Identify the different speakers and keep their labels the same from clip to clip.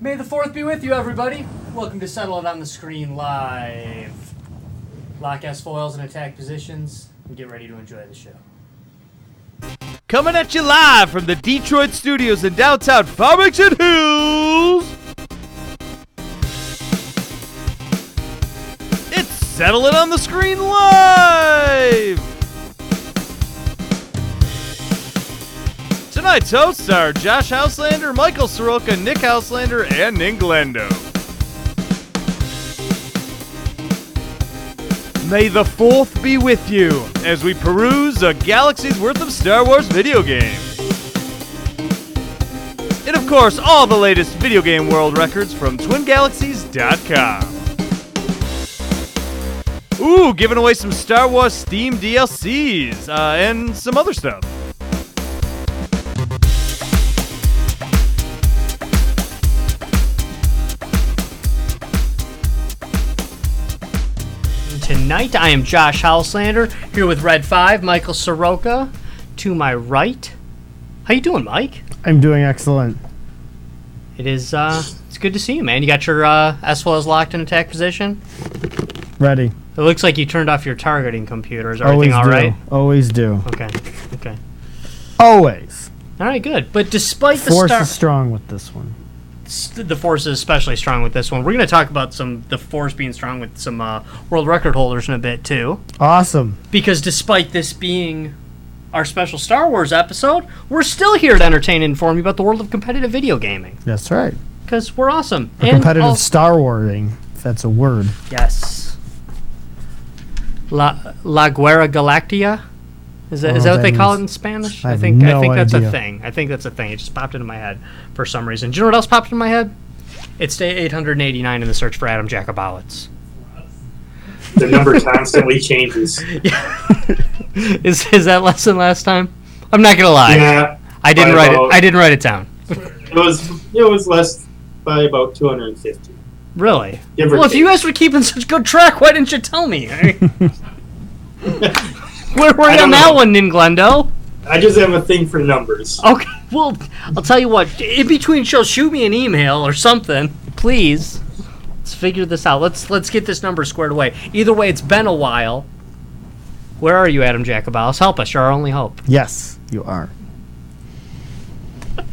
Speaker 1: May the fourth be with you, everybody. Welcome to Settle It on the Screen Live. Lock S foils and attack positions and get ready to enjoy the show.
Speaker 2: Coming at you live from the Detroit studios in downtown Farmington Hills. It's Settle It on the Screen Live! Tonight's hosts are Josh Houselander, Michael Soroka, Nick Houselander, and Ning Glendo. May the 4th be with you as we peruse a galaxy's worth of Star Wars video games. And of course, all the latest video game world records from twingalaxies.com. Ooh, giving away some Star Wars Steam DLCs uh, and some other stuff.
Speaker 1: Tonight I am Josh Houselander here with Red Five, Michael Soroka to my right. How you doing, Mike?
Speaker 3: I'm doing excellent.
Speaker 1: It is uh it's good to see you, man. You got your uh S foils locked in attack position?
Speaker 3: Ready.
Speaker 1: It looks like you turned off your targeting computer. Is everything
Speaker 3: Always do.
Speaker 1: all right?
Speaker 3: Always do.
Speaker 1: Okay. Okay.
Speaker 3: Always.
Speaker 1: All right, good. But despite the
Speaker 3: Force
Speaker 1: star-
Speaker 3: is strong with this one.
Speaker 1: s- the force is especially strong with this one. We're going to talk about some the force being strong with some uh, world record holders in a bit too,
Speaker 3: Awesome.
Speaker 1: because despite this being our special Star Wars episode, we're still here to entertain and inform you about the world of competitive video gaming
Speaker 3: That's right.
Speaker 1: because we're awesome
Speaker 3: A competitive
Speaker 1: al-
Speaker 3: Star Warsing, if that's a word.
Speaker 1: yes. La La Guerra Galactia. Is that, is that
Speaker 3: Oh,
Speaker 1: what
Speaker 3: that
Speaker 1: they call it
Speaker 3: means-
Speaker 1: in Spanish?
Speaker 3: I
Speaker 1: I
Speaker 3: have
Speaker 1: think I
Speaker 3: no
Speaker 1: think that's a
Speaker 3: idea.
Speaker 1: thing. I think that's a thing. It just popped into my head for some reason. Do you know what else popped into my head? It's day 889 in the search for Adam Jakobowitz.
Speaker 4: the number constantly changes.
Speaker 1: Is is that lesson last time? I'm not gonna lie.
Speaker 4: Yeah,
Speaker 1: I didn't
Speaker 4: by
Speaker 1: write
Speaker 4: about-
Speaker 1: it. I didn't write it down.
Speaker 4: it was it was less by about 250.
Speaker 1: Really?
Speaker 4: Give or
Speaker 1: well, if
Speaker 4: take.
Speaker 1: you guys were keeping such good track, why didn't you tell me? eh? Where were
Speaker 4: I
Speaker 1: you on
Speaker 4: don't
Speaker 1: that
Speaker 4: know.
Speaker 1: one, Ninglendo?
Speaker 4: I just have a thing for numbers.
Speaker 1: Okay. Well, I'll tell you what. In between shows, shoot me an email or something, please. Let's figure this out. Let's let's get this number squared away. Either way, it's been a while. Where are you, Adam Jacobowitz? Help us. You're our only hope.
Speaker 3: Yes, you are.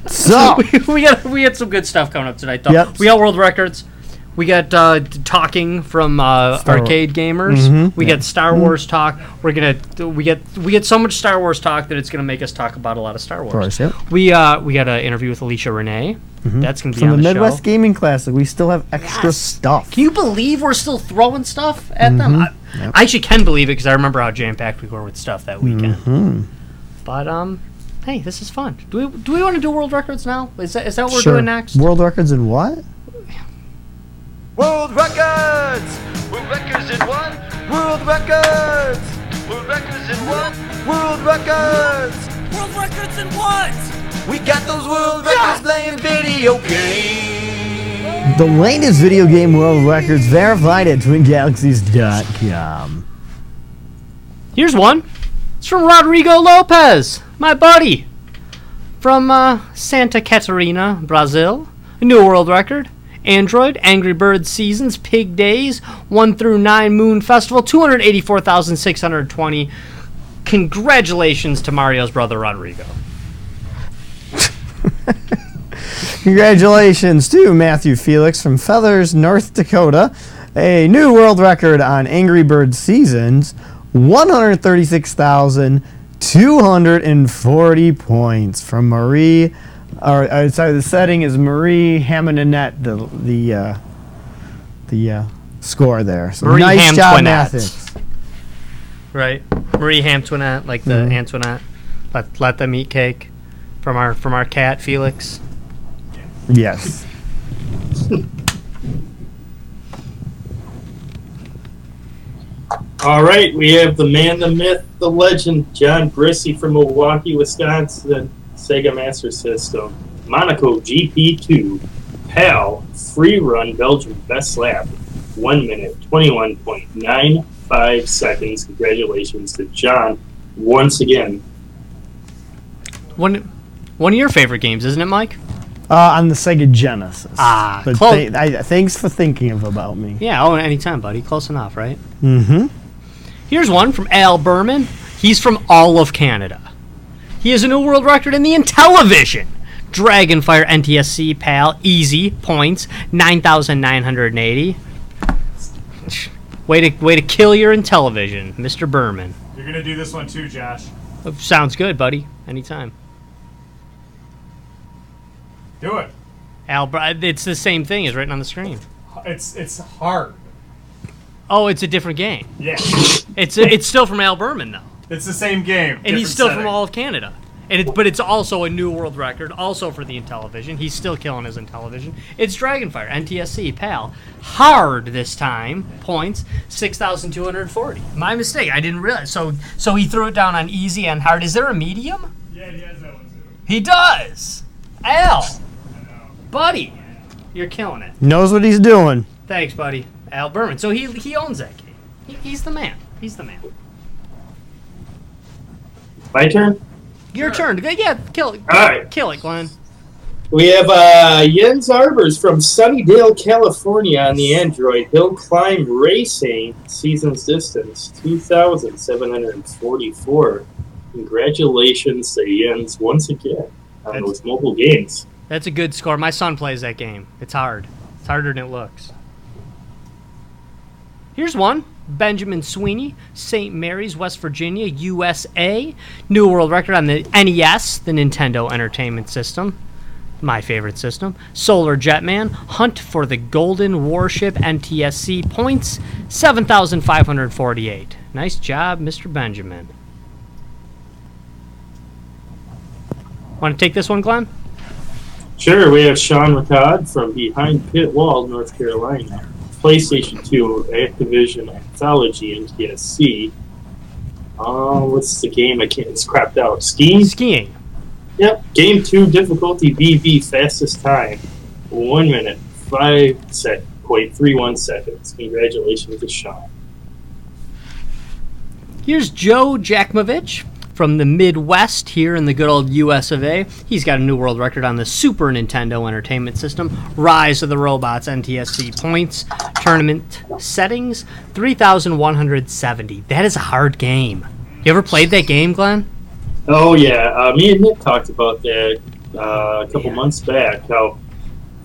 Speaker 3: So,
Speaker 1: we got we had some good stuff coming up tonight though.
Speaker 3: Oh. Yep.
Speaker 1: We got world records. We got uh, d- talking from uh,
Speaker 3: Star Wa-
Speaker 1: arcade gamers.
Speaker 3: Mhm.
Speaker 1: We got Star Wars talk. We're gonna we get we get so much Star Wars talk that it's gonna make us talk about a lot of Star Wars.
Speaker 3: course, yep.
Speaker 1: We uh, we got an interview with Alicia Renee. That's gonna be
Speaker 3: Mm-hmm. from the
Speaker 1: on the,
Speaker 3: Midwest
Speaker 1: show.
Speaker 3: Gaming Classic, we still have extra
Speaker 1: Yes.
Speaker 3: stuff.
Speaker 1: Can you believe we're still throwing stuff at them? I,
Speaker 3: Mm-hmm. Yep.
Speaker 1: I actually can believe it because I remember how jam packed we were with stuff that weekend.
Speaker 3: Mm-hmm. Hmm.
Speaker 1: But um, hey, this is fun. Do we do we want to do world records now? Is that is that what we're
Speaker 3: sure.
Speaker 1: doing next?
Speaker 3: World records in what?
Speaker 2: World records! World records in one! World records! World records in one! World records!
Speaker 5: World records in what?
Speaker 2: We got those world records playing video games!
Speaker 3: The latest video game world records verified at twingalaxies.com.
Speaker 1: Here's one. It's from Rodrigo Lopez, my buddy, from uh, Santa Catarina, Brazil. A new world record. Android, Angry Bird Seasons, Pig Days, 1 through 9 Moon Festival, 284,620. Congratulations to Mario's brother Rodrigo.
Speaker 3: Congratulations to Matthew Felix from Feathers, North Dakota. A new world record on Angry Bird Seasons 136,240 points from Marie. Or, uh, sorry, the setting is Marie Hamonette, the the uh, the uh, score there. So
Speaker 1: Marie
Speaker 3: nice job,
Speaker 1: Hamtoinette.
Speaker 3: Mathis.
Speaker 1: Right. Marie Antoinette, like the Antoinette. Let, let them eat cake from our from our cat Felix.
Speaker 3: Yes.
Speaker 4: All right, we have the man, the myth, the legend, John Brissy from Milwaukee, Wisconsin, Sega Master System, Monaco GP2, PAL, Free Run Belgium Best Lap, 1 minute 21.95 seconds. Congratulations to John once again.
Speaker 1: One one of your favorite games, isn't it, Mike?
Speaker 3: Uh, on the Sega Genesis.
Speaker 1: Ah,
Speaker 3: but
Speaker 1: close.
Speaker 3: th- I, thanks for thinking of about me.
Speaker 1: Yeah, oh, anytime, buddy. Close enough, right?
Speaker 3: Mm-hmm.
Speaker 1: Here's one from Al Berman. He's from all of Canada. He has a new world record in the Intellivision. Dragonfire NTSC PAL easy points 9,980. Way to way to kill your Intellivision, Mr. Berman.
Speaker 2: You're gonna do this one too, Josh.
Speaker 1: Uh, Sounds good, buddy. Anytime.
Speaker 2: Do it.
Speaker 1: Al, Br- uh, it's the same thing as written on the screen.
Speaker 2: It's it's hard.
Speaker 1: Oh, it's a different game.
Speaker 2: Yeah.
Speaker 1: It's it's still from Al Berman though, and
Speaker 2: It's the same game. And
Speaker 1: he's still from all of Canada. And it's but it's also a new world record, also for the Intellivision. He's still killing his Intellivision. It's Dragonfire NTSC pal, hard this time. Points six thousand two hundred forty. My mistake. I didn't realize. So so he threw it down on easy and hard. Is there a medium?
Speaker 2: Yeah, he has that one too.
Speaker 1: He does. Al, buddy, you're killing it.
Speaker 3: Knows what he's doing.
Speaker 1: Thanks, buddy. Al Berman. So he he owns that game. He, he's the man. He's the man.
Speaker 4: My turn?
Speaker 1: Your turn. Yeah, kill it.
Speaker 4: All right.
Speaker 1: Kill it, Glenn.
Speaker 4: We have uh, Jens Arbers from Sunnydale, California on the Android Hill Climb Racing Seasons Distance 2,744. Congratulations to Jens once again on
Speaker 1: That's-
Speaker 4: those mobile games.
Speaker 1: That's a good score. My son plays that game. It's hard. It's harder than it looks. Here's one. Benjamin Sweeney, St. Mary's, West Virginia, USA. New world record on the NES, the Nintendo Entertainment System. My favorite system. Solar Jetman, Hunt for the Golden Warship NTSC points, 7,548. Nice job, Mr. Benjamin. Want to take this one, Glenn?
Speaker 4: Sure, we have Sean Ricard from Behind Pit Wall, North Carolina. PlayStation 2 Activision Anthology NTSC. Uh, what's the game? I can't. It's crapped out. Ski?
Speaker 1: Skiing.
Speaker 4: Yep. Game two difficulty BB fastest time. One minute five sec point three one seconds. Congratulations to Sean.
Speaker 1: Here's Joe Jakmovich from the Midwest here in the good old US of A. He's got a new world record on the Super Nintendo Entertainment System, Rise of the Robots NTSC points, tournament settings, 3,170. That is a hard game. You ever played that game, Glenn?
Speaker 4: Oh yeah, uh, me and Nick talked about that uh, a couple
Speaker 1: Yeah.
Speaker 4: months back. How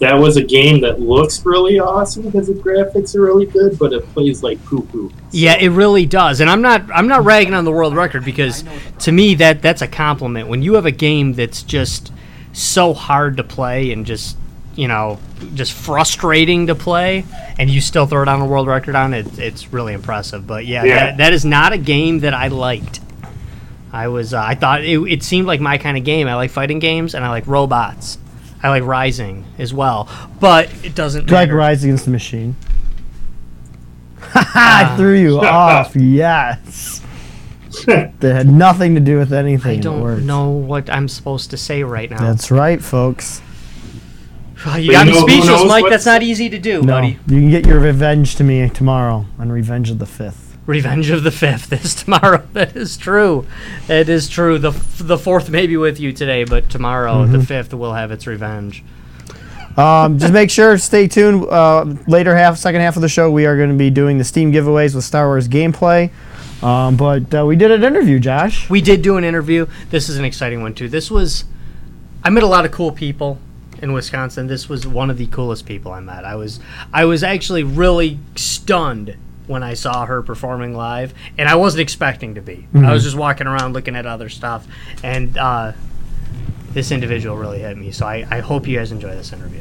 Speaker 4: that was a game that looks really awesome because the graphics are really good, but it plays like poo poo.
Speaker 1: Yeah, it really does. And I'm not I'm not ragging on the world record because to me that that's a compliment. When you have a game that's just so hard to play and just you know just frustrating to play, and you still throw down a world record on it, it's really impressive. But yeah,
Speaker 4: Yeah.
Speaker 1: That, that is not a game that I liked. I was uh, I thought it, it seemed like my kind of game. I like fighting games and I like robots. I like Rising as well, but it doesn't
Speaker 3: Do you like
Speaker 1: matter.
Speaker 3: Rise Against the Machine? I threw you off. Yes. that had nothing to do with anything.
Speaker 1: I
Speaker 3: It worked.
Speaker 1: don't know what I'm supposed to say right now.
Speaker 3: That's right, folks.
Speaker 1: Oh, you
Speaker 4: But
Speaker 1: got me
Speaker 4: you know who
Speaker 1: speechless,
Speaker 4: knows
Speaker 1: Mike.
Speaker 4: what-
Speaker 1: That's not easy to do,
Speaker 3: No,
Speaker 1: buddy.
Speaker 3: you can get your revenge to me tomorrow on Revenge of the Fifth.
Speaker 1: Revenge of the Fifth is tomorrow. That is true. That is true. The the fourth may be with you today, but tomorrow the
Speaker 4: Mm-hmm.
Speaker 1: fifth will have its revenge.
Speaker 3: Um, just make sure, stay tuned. Uh, later half, second half of the show, we are going to be doing the Steam giveaways with Star Wars gameplay. Um, but uh, we did an interview, Josh.
Speaker 1: We did do an interview. This is an exciting one too. This was I met a lot of cool people in Wisconsin. This was one of the coolest people I met. I was I was actually really stunned when I saw her performing live, and I wasn't expecting to be. I was just walking around looking at other stuff, and uh, this individual really hit me. So I, I hope you guys enjoy this interview.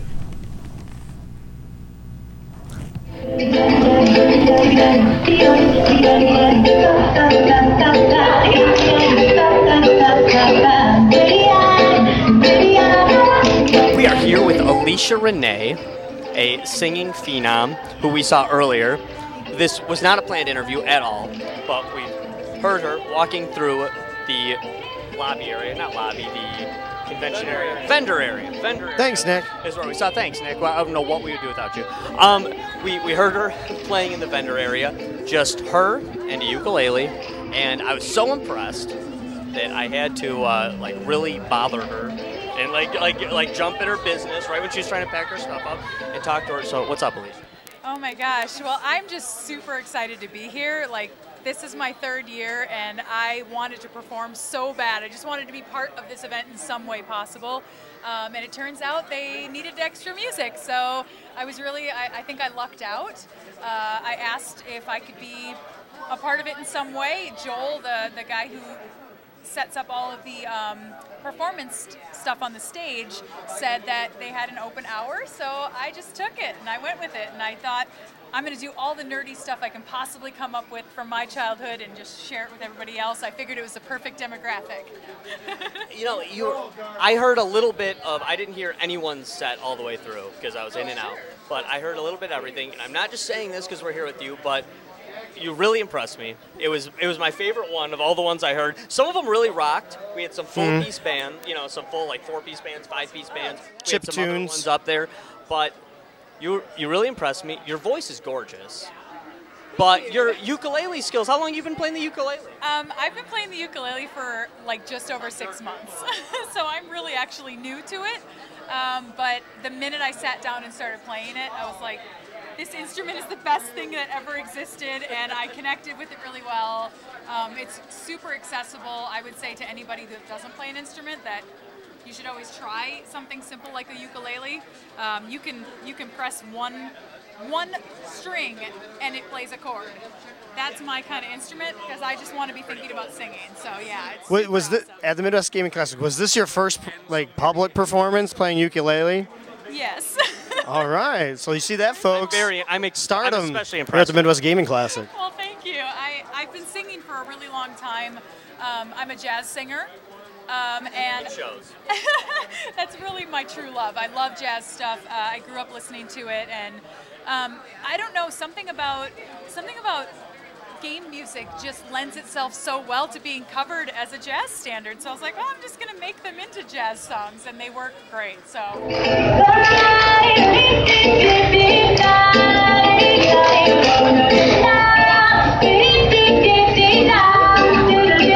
Speaker 1: We are here with Alicia Renee, a singing phenom who we saw earlier. This was not a planned interview at all, but we heard her walking through the lobby area, not lobby, the convention area, vendor area, vendor area.
Speaker 6: Thanks, Nick.
Speaker 1: Is where we saw. Thanks, Nick. Well, I don't know what we would do without you. Um, we, we heard her playing in the vendor area, just her and a ukulele, and I was so impressed that I had to uh, like really bother her and and like like like jump in her business right when she was trying to pack her stuff up and talk to her. So what's up, Elise?
Speaker 7: Oh my gosh. Well, I'm just super excited to be here. Like, this is my third year, and I wanted to perform so bad. I just wanted to be part of this event in some way possible. Um, and it turns out they needed extra music. So I was really, I, I think I lucked out. Uh, I asked if I could be a part of it in some way. Joel, the, the guy who sets up all of the um, performance st- stuff on the stage said that they had an open hour, so I just took it and I went with it. And I thought, I'm going to do all the nerdy stuff I can possibly come up with from my childhood and just share it with everybody else. I figured it was the perfect demographic.
Speaker 1: You know, you. I heard a little bit of. I didn't hear anyone's set all the way through because I was in and out. But I heard a little bit of everything, and I'm not just saying this because we're here with you, but you really impressed me. It was it was my favorite one of all the ones I heard. Some of them really rocked. We had some full piece band, you know, some full like four piece bands, five piece bands, we had some other
Speaker 8: Chiptunes.
Speaker 1: ones up there. But you you really impressed me. Your voice is gorgeous. But your ukulele skills. How long you been playing the ukulele?
Speaker 7: Um, I've been playing the ukulele for like just over six months, so I'm really actually new to it. Um, but the minute I sat down and started playing it, I was like, this instrument is the best thing that ever existed, and I connected with it really well. Um, it's super accessible, I would say, to anybody that doesn't play an instrument that you should always try something simple like a ukulele. Um, you can you can press one one string and it plays a chord. That's my kind of instrument because I just want to be thinking about singing. So yeah, it's
Speaker 8: Wa-
Speaker 7: super
Speaker 8: was the,
Speaker 7: awesome.
Speaker 8: at the Midwest Gaming Classic? Was this your first like public performance playing ukulele?
Speaker 7: yes.
Speaker 8: All right, so you see that, folks.
Speaker 1: Very. I'm ex-
Speaker 8: Stardom.
Speaker 1: I'm especially
Speaker 8: We're at
Speaker 1: impressed.
Speaker 8: the Midwest Gaming Classic.
Speaker 7: well, thank you. I I've been singing for a really long time. Um, I'm a jazz singer, um, and
Speaker 1: shows.
Speaker 7: that's really my true love. I love jazz stuff. Uh, I grew up listening to it, and um, I don't know something about something about game music just lends itself so well to being covered as a jazz standard. So I was like, well, I'm just gonna make them into jazz songs, and they work great. So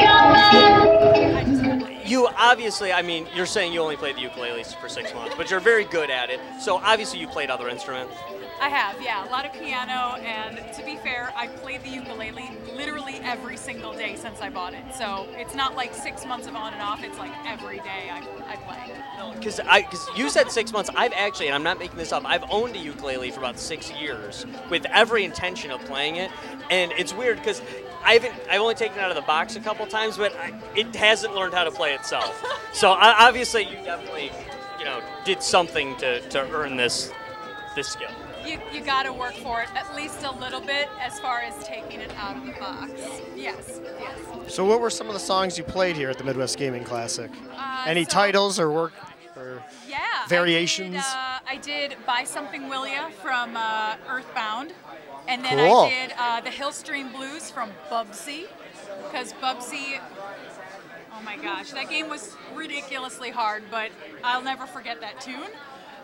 Speaker 7: I just really
Speaker 1: You obviously, I mean, you're saying you only played the ukulele for six months, but you're very good at it. So obviously, you played other instruments.
Speaker 7: I have, yeah, a lot of piano, and to be fair, I played the ukulele literally every single day since I bought it. So it's not like six months of on and off. It's like every day I, I play.
Speaker 1: Because I, because you said six months. I've actually, and I'm not making this up. I've owned a ukulele for about six years with every intention of playing it, and it's weird because I haven't. I've only taken it out of the box a couple times, but I, it hasn't learned how to play itself. so I, obviously, you definitely, you know, did something to to earn this this skill.
Speaker 7: You, you gotta work for it at least a little bit as far as taking it out of the box. Yes, yes.
Speaker 8: So, what were some of the songs you played here at the Midwest Gaming Classic?
Speaker 7: Uh,
Speaker 8: Any
Speaker 7: so-
Speaker 8: titles or work? Or
Speaker 7: Yeah. I did,
Speaker 8: Variations?
Speaker 7: uh, I did, Buy Something Will Ya from uh, Earthbound. And then
Speaker 8: Cool.
Speaker 7: I did uh, The Hillstream Blues from Bubsy. Because Bubsy, oh my gosh, that game was ridiculously hard, but I'll never forget that tune.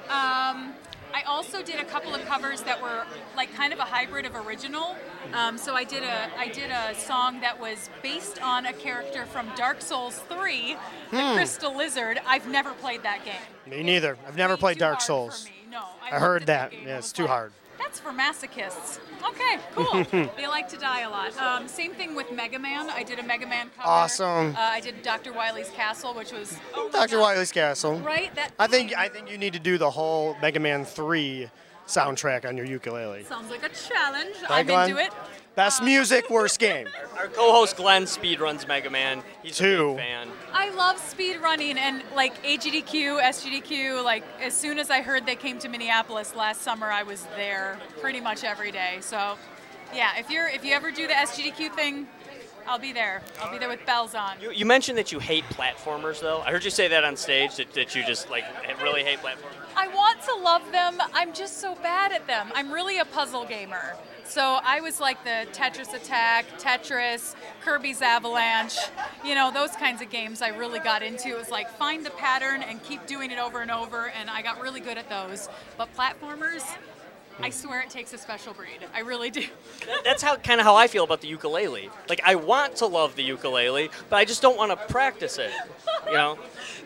Speaker 7: Um, I also did a couple of covers that were like kind of a hybrid of original. Um, so I did a I did a song that was based on a character from Dark Souls 3, the
Speaker 8: Hmm.
Speaker 7: Crystal Lizard. I've never played that game.
Speaker 8: me neither. I've never
Speaker 7: Way
Speaker 8: played
Speaker 7: too
Speaker 8: Dark
Speaker 7: hard for
Speaker 8: Souls.
Speaker 7: me. No, I,
Speaker 8: I
Speaker 7: looked
Speaker 8: heard
Speaker 7: at
Speaker 8: that.
Speaker 7: game.
Speaker 8: Yeah,
Speaker 7: I
Speaker 8: it's
Speaker 7: was
Speaker 8: too
Speaker 7: like,
Speaker 8: hard.
Speaker 7: That's for masochists. Okay, cool. they like to die a lot. Um, same thing with Mega Man. I did a Mega Man cover.
Speaker 8: Awesome.
Speaker 7: Uh, I did Dr. Wily's Castle, which was oh my
Speaker 8: Dr.
Speaker 7: God.
Speaker 8: Wily's Castle.
Speaker 7: Right. That
Speaker 8: I think I think you need to do the whole Mega Man 3 soundtrack on your ukulele.
Speaker 7: sounds like a challenge.
Speaker 8: Right,
Speaker 7: I'm
Speaker 8: Glenn?
Speaker 7: into it.
Speaker 8: Best
Speaker 7: Uh,
Speaker 8: music, worst game.
Speaker 1: Our co-host Glenn speedruns Mega Man. He's a
Speaker 8: Two.
Speaker 1: big fan.
Speaker 7: I love speed running and like AGDQ, SGDQ. Like as soon as I heard they came to Minneapolis last summer, I was there pretty much every day. So, yeah, if you're if you ever do the SGDQ thing, I'll be there. I'll be there with bells on.
Speaker 1: You, you mentioned that you hate platformers, though. I heard you say that on stage that, that you just like really hate platformers.
Speaker 7: I want to love them. I'm just so bad at them. I'm really a puzzle gamer. So I was like the Tetris Attack, Tetris, Kirby's Avalanche, you know, those kinds of games I really got into. It was like find the pattern and keep doing it over and over, and I got really good at those. But platformers, I swear it takes a special breed. I really do.
Speaker 1: That- That's how kind of how I feel about the ukulele. Like I want to love the ukulele, but I just don't want to practice it. You know,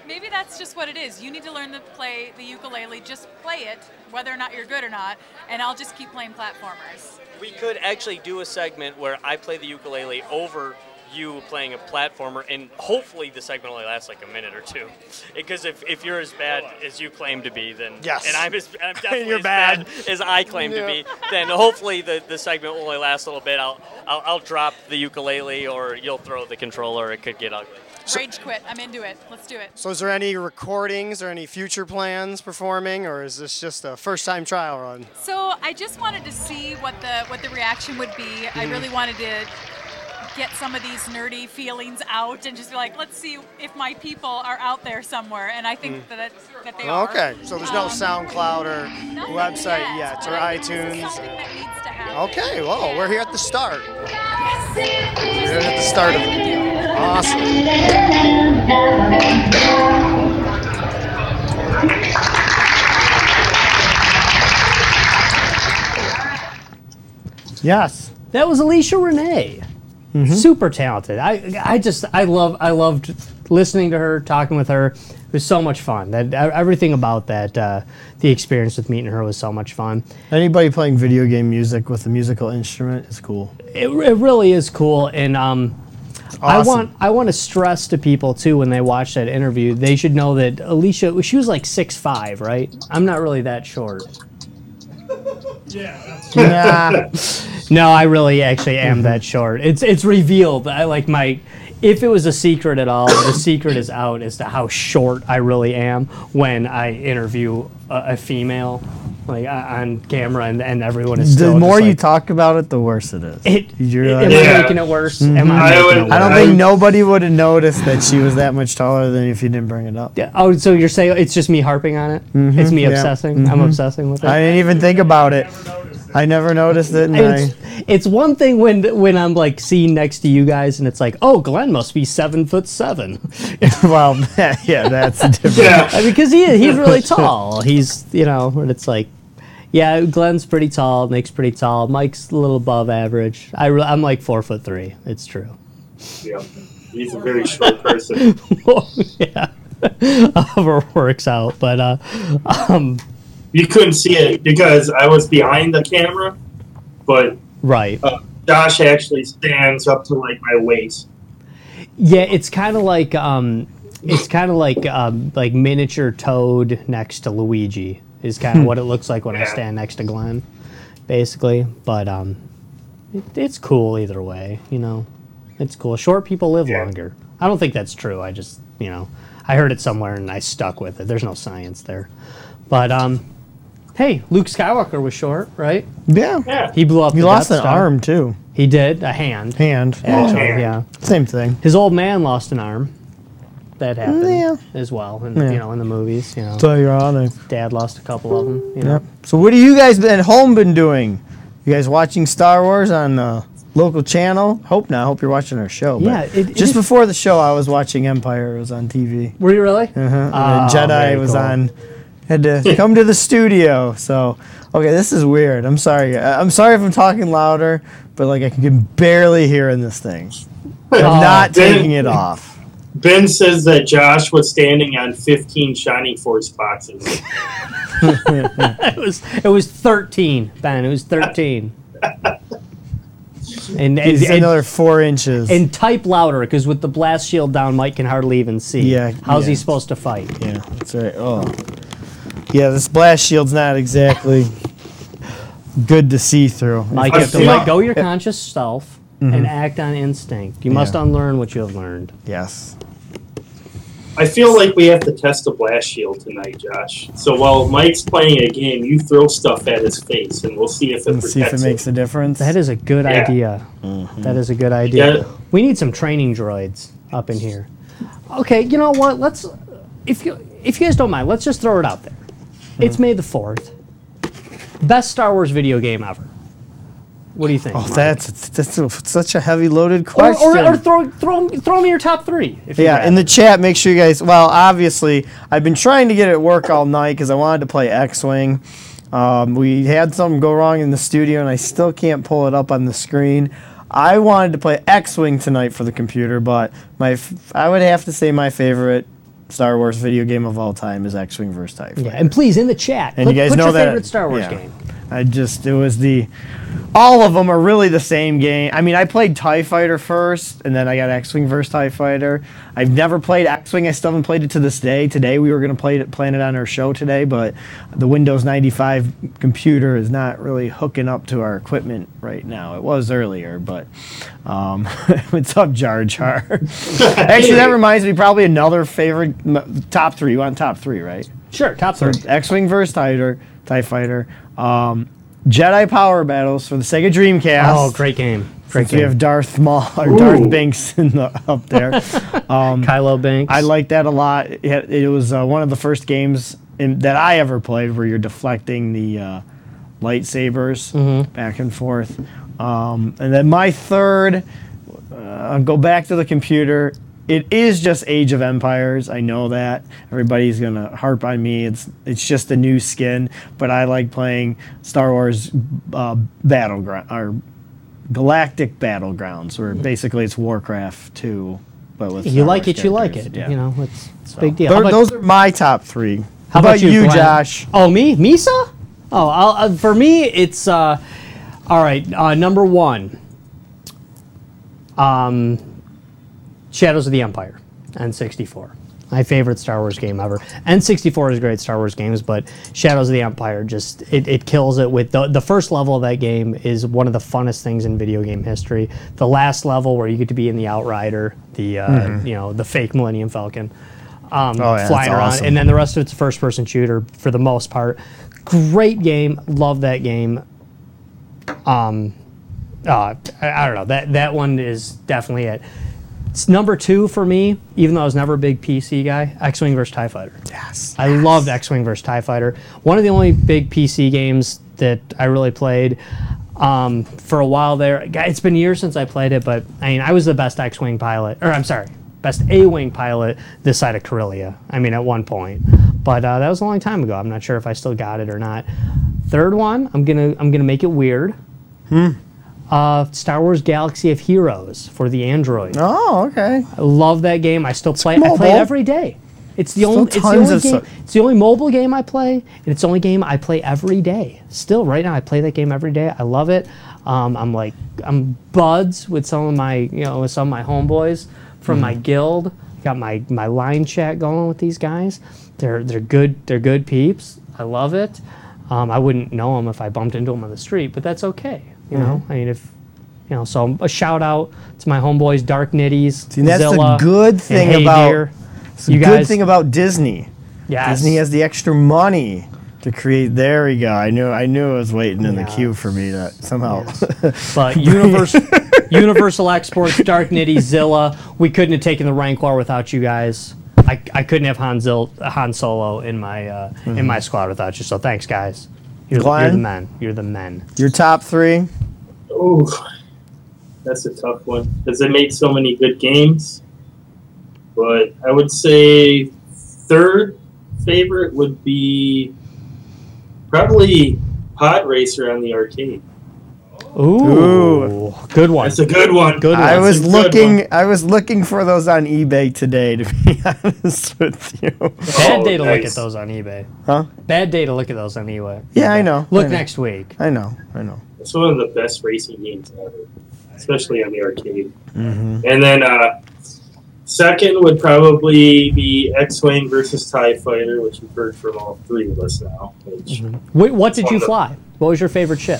Speaker 7: Maybe that's just what it is. You need to learn to play the ukulele. Just play it, whether or not you're good or not, and I'll just keep playing platformers.
Speaker 1: we could actually do a segment where I play the ukulele over you playing a platformer, and hopefully the segment only lasts like a minute or two. Because if, if you're as bad as you claim to be, then
Speaker 8: Yes.
Speaker 1: and I'm as I'm definitely
Speaker 8: You're
Speaker 1: as bad. as I claim to
Speaker 8: Yeah.
Speaker 1: be, then hopefully the, the segment will only last a little bit. I'll, I'll I'll drop the ukulele, or you'll throw the controller. It could get uh, ugly.
Speaker 7: Rage quit. I'm into it. Let's do it.
Speaker 8: So, is there any recordings or any future plans performing, or is this just a first-time trial run?
Speaker 7: So I just wanted to see what the what the reaction would be. I
Speaker 8: Mm-hmm.
Speaker 7: really wanted to get some of these nerdy feelings out and just be like, let's see if my people are out there somewhere. And I think that that they are.
Speaker 8: Mm. Okay, so there's no
Speaker 7: Um,
Speaker 8: SoundCloud or
Speaker 7: nothing
Speaker 8: website yet,
Speaker 7: but
Speaker 8: or
Speaker 7: I think this is
Speaker 8: iTunes.
Speaker 7: something that needs to happen.
Speaker 8: Okay, well, we're here at the start. We're
Speaker 9: Yes.
Speaker 8: here at the start of it. Awesome.
Speaker 3: Yes.
Speaker 10: That was Alicia Renee. Super talented. I I just I love I loved listening to her, talking with her. It was so much fun. That e- everything about that uh, the experience with meeting her was so much fun.
Speaker 3: Anybody playing video game music with a musical instrument is cool.
Speaker 10: It, it really is cool and um I
Speaker 3: Awesome.
Speaker 10: want I want to stress to people too when they watch that interview, they should know that Alicia she was like six five, right? I'm not really that short.
Speaker 11: Yeah, that's
Speaker 3: Nah. Mm-hmm.
Speaker 10: No, I really actually am that short. It's it's revealed. I like my if it was a secret at all, the secret is out as to how short I really am when I interview a, a female like uh, on camera and, and everyone is still
Speaker 3: the
Speaker 10: just
Speaker 3: more you
Speaker 10: like,
Speaker 3: talk about it, the worse it is.
Speaker 10: it,
Speaker 3: You're
Speaker 10: am
Speaker 3: like-
Speaker 4: Yeah.
Speaker 10: I making it worse? Am I
Speaker 4: I
Speaker 10: making
Speaker 4: would-
Speaker 10: it worse?
Speaker 3: I don't
Speaker 4: I-
Speaker 3: think nobody would have noticed that she was that much taller than if you didn't bring it up.
Speaker 10: Yeah, Oh, so you're saying it's just me harping on it? It's me
Speaker 3: Mm-hmm. yeah. Mm-hmm.
Speaker 10: obsessing. I'm obsessing with it.
Speaker 3: I didn't even think about it.
Speaker 11: never noticed it.
Speaker 3: I never noticed it. And I,
Speaker 10: it's, it's one thing when when I'm like seen next to you guys and it's like, oh, Glenn must be seven foot seven.
Speaker 3: well, yeah, that's different.
Speaker 4: Yeah.
Speaker 10: I mean, because he is, he's really tall. He's you know, and it's like, yeah, Glenn's pretty tall, Nick's pretty tall, Mike's a little above average. I re- I'm like four foot three. It's true.
Speaker 4: yeah. He's a very short person.
Speaker 10: yeah, however it works out. But uh, um,
Speaker 4: You couldn't see it because I was behind the camera, but
Speaker 10: right.
Speaker 4: uh, Josh actually stands up to like my waist.
Speaker 10: Yeah, it's kind of like um, it's kind of like um, like miniature Toad next to Luigi is kind of what it looks like when I
Speaker 4: Yeah.
Speaker 10: stand next to Glenn, basically. But um, it, it's cool either way, you know. It's cool. Short people live
Speaker 4: Yeah.
Speaker 10: longer. I don't think that's true. I just you know I heard it somewhere and I stuck with it. There's no science there, but um, hey, Luke Skywalker was short, right?
Speaker 3: Yeah.
Speaker 4: Yeah.
Speaker 10: He blew up.
Speaker 3: You
Speaker 10: the
Speaker 3: lost
Speaker 10: Death
Speaker 3: an
Speaker 10: Star.
Speaker 3: arm too.
Speaker 10: He did a hand.
Speaker 3: Hand.
Speaker 10: actually,
Speaker 4: hand.
Speaker 10: yeah.
Speaker 3: Same thing.
Speaker 10: His old man lost an arm. That happened
Speaker 3: Yeah.
Speaker 10: as well, and
Speaker 3: Yeah.
Speaker 10: you know, in the movies, you know,
Speaker 3: So you're on it.
Speaker 10: Dad lost a couple of them. You know,
Speaker 3: Yep. So what have you guys been at home been doing? You guys watching Star Wars on the local channel? Hope not. Hope you're watching our show. but
Speaker 10: Yeah, it- it
Speaker 3: just
Speaker 10: is-
Speaker 3: before the show, I was watching Empire. It was on TV.
Speaker 10: were you really?
Speaker 3: Uh-huh. And
Speaker 10: Oh,
Speaker 3: then Jedi
Speaker 10: very
Speaker 3: was
Speaker 10: cool.
Speaker 3: on. Had to come to the studio. So okay, this is weird. I'm sorry. I- I'm sorry if I'm talking louder, but like I can barely hear in this thing. I'm
Speaker 10: Ah,
Speaker 3: not
Speaker 4: dude.
Speaker 3: taking it off.
Speaker 4: Ben says that Josh was standing on 15 Shining Force boxes.
Speaker 10: it was it was thirteen, Ben. It was thirteen. and and,
Speaker 3: It's
Speaker 10: and,
Speaker 3: another four inches.
Speaker 10: and type louder because with the blast shield down, Mike can hardly even see.
Speaker 3: Yeah,
Speaker 10: how's he
Speaker 3: yeah.
Speaker 10: supposed to fight?
Speaker 3: Yeah, that's right. Oh. Yeah, this blast shield's not exactly good to see through.
Speaker 10: Mike, you have to
Speaker 4: feel-
Speaker 10: let go your conscious self and act on instinct. You must
Speaker 3: Mm-hmm. Yeah.
Speaker 10: unlearn what you have learned.
Speaker 3: Yes.
Speaker 4: I feel like we have to test the blast shield tonight, Josh. So while Mike's playing a game, you throw stuff at his face, and we'll see if it
Speaker 3: Let's see if it
Speaker 4: protects
Speaker 3: makes a difference.
Speaker 10: That is a good
Speaker 4: Yeah.
Speaker 10: idea.
Speaker 3: Mm-hmm.
Speaker 10: That is a good
Speaker 4: Yeah.
Speaker 10: idea. We need some training droids up in here. Okay, you know what? Let's if you if you guys don't mind, let's just throw it out there.
Speaker 3: Hmm.
Speaker 10: It's May the fourth. Best Star Wars video game ever. What do you think?
Speaker 3: oh,
Speaker 10: Mark?
Speaker 3: that's that's a, such a heavy loaded
Speaker 10: or,
Speaker 3: question.
Speaker 10: or, or throw throw throw me your top three. If
Speaker 3: yeah,
Speaker 10: you
Speaker 3: in the chat, make sure you guys. Well, obviously, I've been trying to get it at work all night because I wanted to play X Wing. Um, we had something go wrong in the studio, and I still can't pull it up on the screen. I wanted to play X-wing tonight for the computer, but my f- I would have to say my favorite Star Wars video game of all time is X-wing vs. Tie Fighter.
Speaker 10: Yeah, and please in the chat.
Speaker 3: And
Speaker 10: put,
Speaker 3: you guys
Speaker 10: put
Speaker 3: know
Speaker 10: your
Speaker 3: that
Speaker 10: favorite Star Wars
Speaker 3: yeah.
Speaker 10: game.
Speaker 3: I just it was the all of them are really the same game. I mean, I played Tie Fighter first, and then I got X Wing versus Tie Fighter. I've never played X Wing. I still haven't played it to this day. Today we were gonna play it, plan it on our show today, but the Windows 95 computer is not really hooking up to our equipment right now. It was earlier, but um, it's up Jar Jar. Actually, that reminds me probably another favorite m- top three. You want top three, right?
Speaker 10: Sure, top three.
Speaker 3: X-wing versus Tider, Tie Fighter, um, Jedi Power Battles for the Sega Dreamcast.
Speaker 10: Oh, great game. Great
Speaker 3: Since we
Speaker 10: game.
Speaker 3: have Darth Maul or Darth
Speaker 4: Ooh.
Speaker 3: Banks in the, up there. Um,
Speaker 10: Kylo Banks.
Speaker 3: I like that a lot. It, it was uh, one of the first games in, that I ever played where you're deflecting the uh, lightsabers
Speaker 10: Mm-hmm.
Speaker 3: back and forth. Um, and then my third, uh, go back to the computer. It is just Age of Empires. I know that everybody's gonna harp on me. It's it's just a new skin, but I like playing Star Wars uh, Battleground or Galactic Battlegrounds, where basically it's Warcraft 2, but with
Speaker 10: Hmm. you
Speaker 3: Star
Speaker 10: like
Speaker 3: Wars
Speaker 10: it, you like it.
Speaker 3: characters. Yeah.
Speaker 10: You know, it's, it's
Speaker 3: So,
Speaker 10: a big deal.
Speaker 3: tho-
Speaker 10: How about-
Speaker 3: those are my top three.
Speaker 10: How about, you, Glenn?
Speaker 3: Josh?
Speaker 10: Oh, me, Misa? Oh, I'll, uh, for me, it's uh, all right. Uh, number one, um, Shadows of the Empire, N64. My favorite Star Wars game ever. N64 is great Star Wars games, but Shadows of the Empire just it, it kills it with the the first level of that game is one of the funnest things in video game history. The last level where you get to be in the Outrider, the uh, you know the fake Millennium Falcon um,
Speaker 3: Mm-hmm. Oh, yeah,
Speaker 10: flying
Speaker 3: that's
Speaker 10: around,
Speaker 3: awesome.
Speaker 10: and then the rest of it's first person shooter for the most part. Great game, love that game. Um, uh, I, I don't know that that one is definitely it. It's number two for me, even though I was never a big PC guy. X Wing versus Tie Fighter.
Speaker 3: Yes.
Speaker 10: I loved X Wing versus Tie Fighter. One of the only big PC games that I really played um, for a while there. G- It's been years since I played it, but I mean, I was the best X Wing pilot, or I'm sorry, best A Wing pilot this side of Corellia. I mean, at one point, but uh, that was a long time ago. I'm not sure if I still got it or not. Third one, I'm gonna I'm gonna make it weird.
Speaker 3: Hmm.
Speaker 10: Uh, Star Wars Galaxy of Heroes for the Android.
Speaker 3: Oh, okay.
Speaker 10: I love that game. I still play. I
Speaker 3: mobile.
Speaker 10: play it every day. It's the
Speaker 3: Still
Speaker 10: only. It's the
Speaker 3: tons
Speaker 10: only
Speaker 3: of
Speaker 10: game.
Speaker 3: stuff.
Speaker 10: It's the only mobile game I play, and it's the only game I play every day. Still, right now, I play that game every day. I love it. Um, I'm like I'm buds with some of my you know with some of my homeboys from my
Speaker 3: Mm-hmm.
Speaker 10: guild. Got my my line chat going with these guys. They're they're good. They're good peeps. I love it. Um, I wouldn't know them if I bumped into them on the street, but that's okay. You know,
Speaker 3: Mm-hmm.
Speaker 10: I mean if. You know, so a shout out to my homeboys, Dark Nitties,
Speaker 3: See, that's
Speaker 10: Zilla,
Speaker 3: the good
Speaker 10: and
Speaker 3: thing
Speaker 10: Hey
Speaker 3: about
Speaker 10: Dear.
Speaker 3: it's the
Speaker 10: You
Speaker 3: good
Speaker 10: guys-
Speaker 3: thing about Disney.
Speaker 10: Yes.
Speaker 3: Disney has the extra money to create. There we go. I knew. I knew it was waiting in the
Speaker 10: Yeah.
Speaker 3: queue for me to somehow.
Speaker 10: but Universal, Universal Exports, Dark Nitty, Zilla. We couldn't have taken the Rancor without you guys. I, I couldn't have Han, Zil, Han Solo in my uh, in
Speaker 3: Mm-hmm.
Speaker 10: my squad without you. So thanks, guys. You're, you're the
Speaker 3: Glenn?
Speaker 10: men. You're the men.
Speaker 3: Your top three.
Speaker 4: Oh, that's a tough one because they made so many good games. But I would say third favorite would be probably Pod Racer on the arcade.
Speaker 10: Ooh,
Speaker 3: Ooh.
Speaker 10: good one.
Speaker 4: That's a good one.
Speaker 10: Good one.
Speaker 3: I was
Speaker 4: That's a good
Speaker 3: looking.
Speaker 4: one.
Speaker 3: I was looking for those on eBay today. To be honest with you.
Speaker 10: Bad
Speaker 4: Oh,
Speaker 10: day to look at
Speaker 4: nice.
Speaker 10: those on eBay.
Speaker 3: Huh?
Speaker 10: Bad day to look at those on eBay.
Speaker 3: Yeah, I know.
Speaker 10: Look
Speaker 3: I know.
Speaker 10: next week.
Speaker 3: I know. I know.
Speaker 4: It's one of the best racing games ever, especially on the arcade.
Speaker 10: Mm-hmm.
Speaker 4: And then uh, second would probably be X-Wing versus Tie Fighter, which we've heard from all three of us now. Which
Speaker 10: Wh- what did you fly? What was your favorite ship?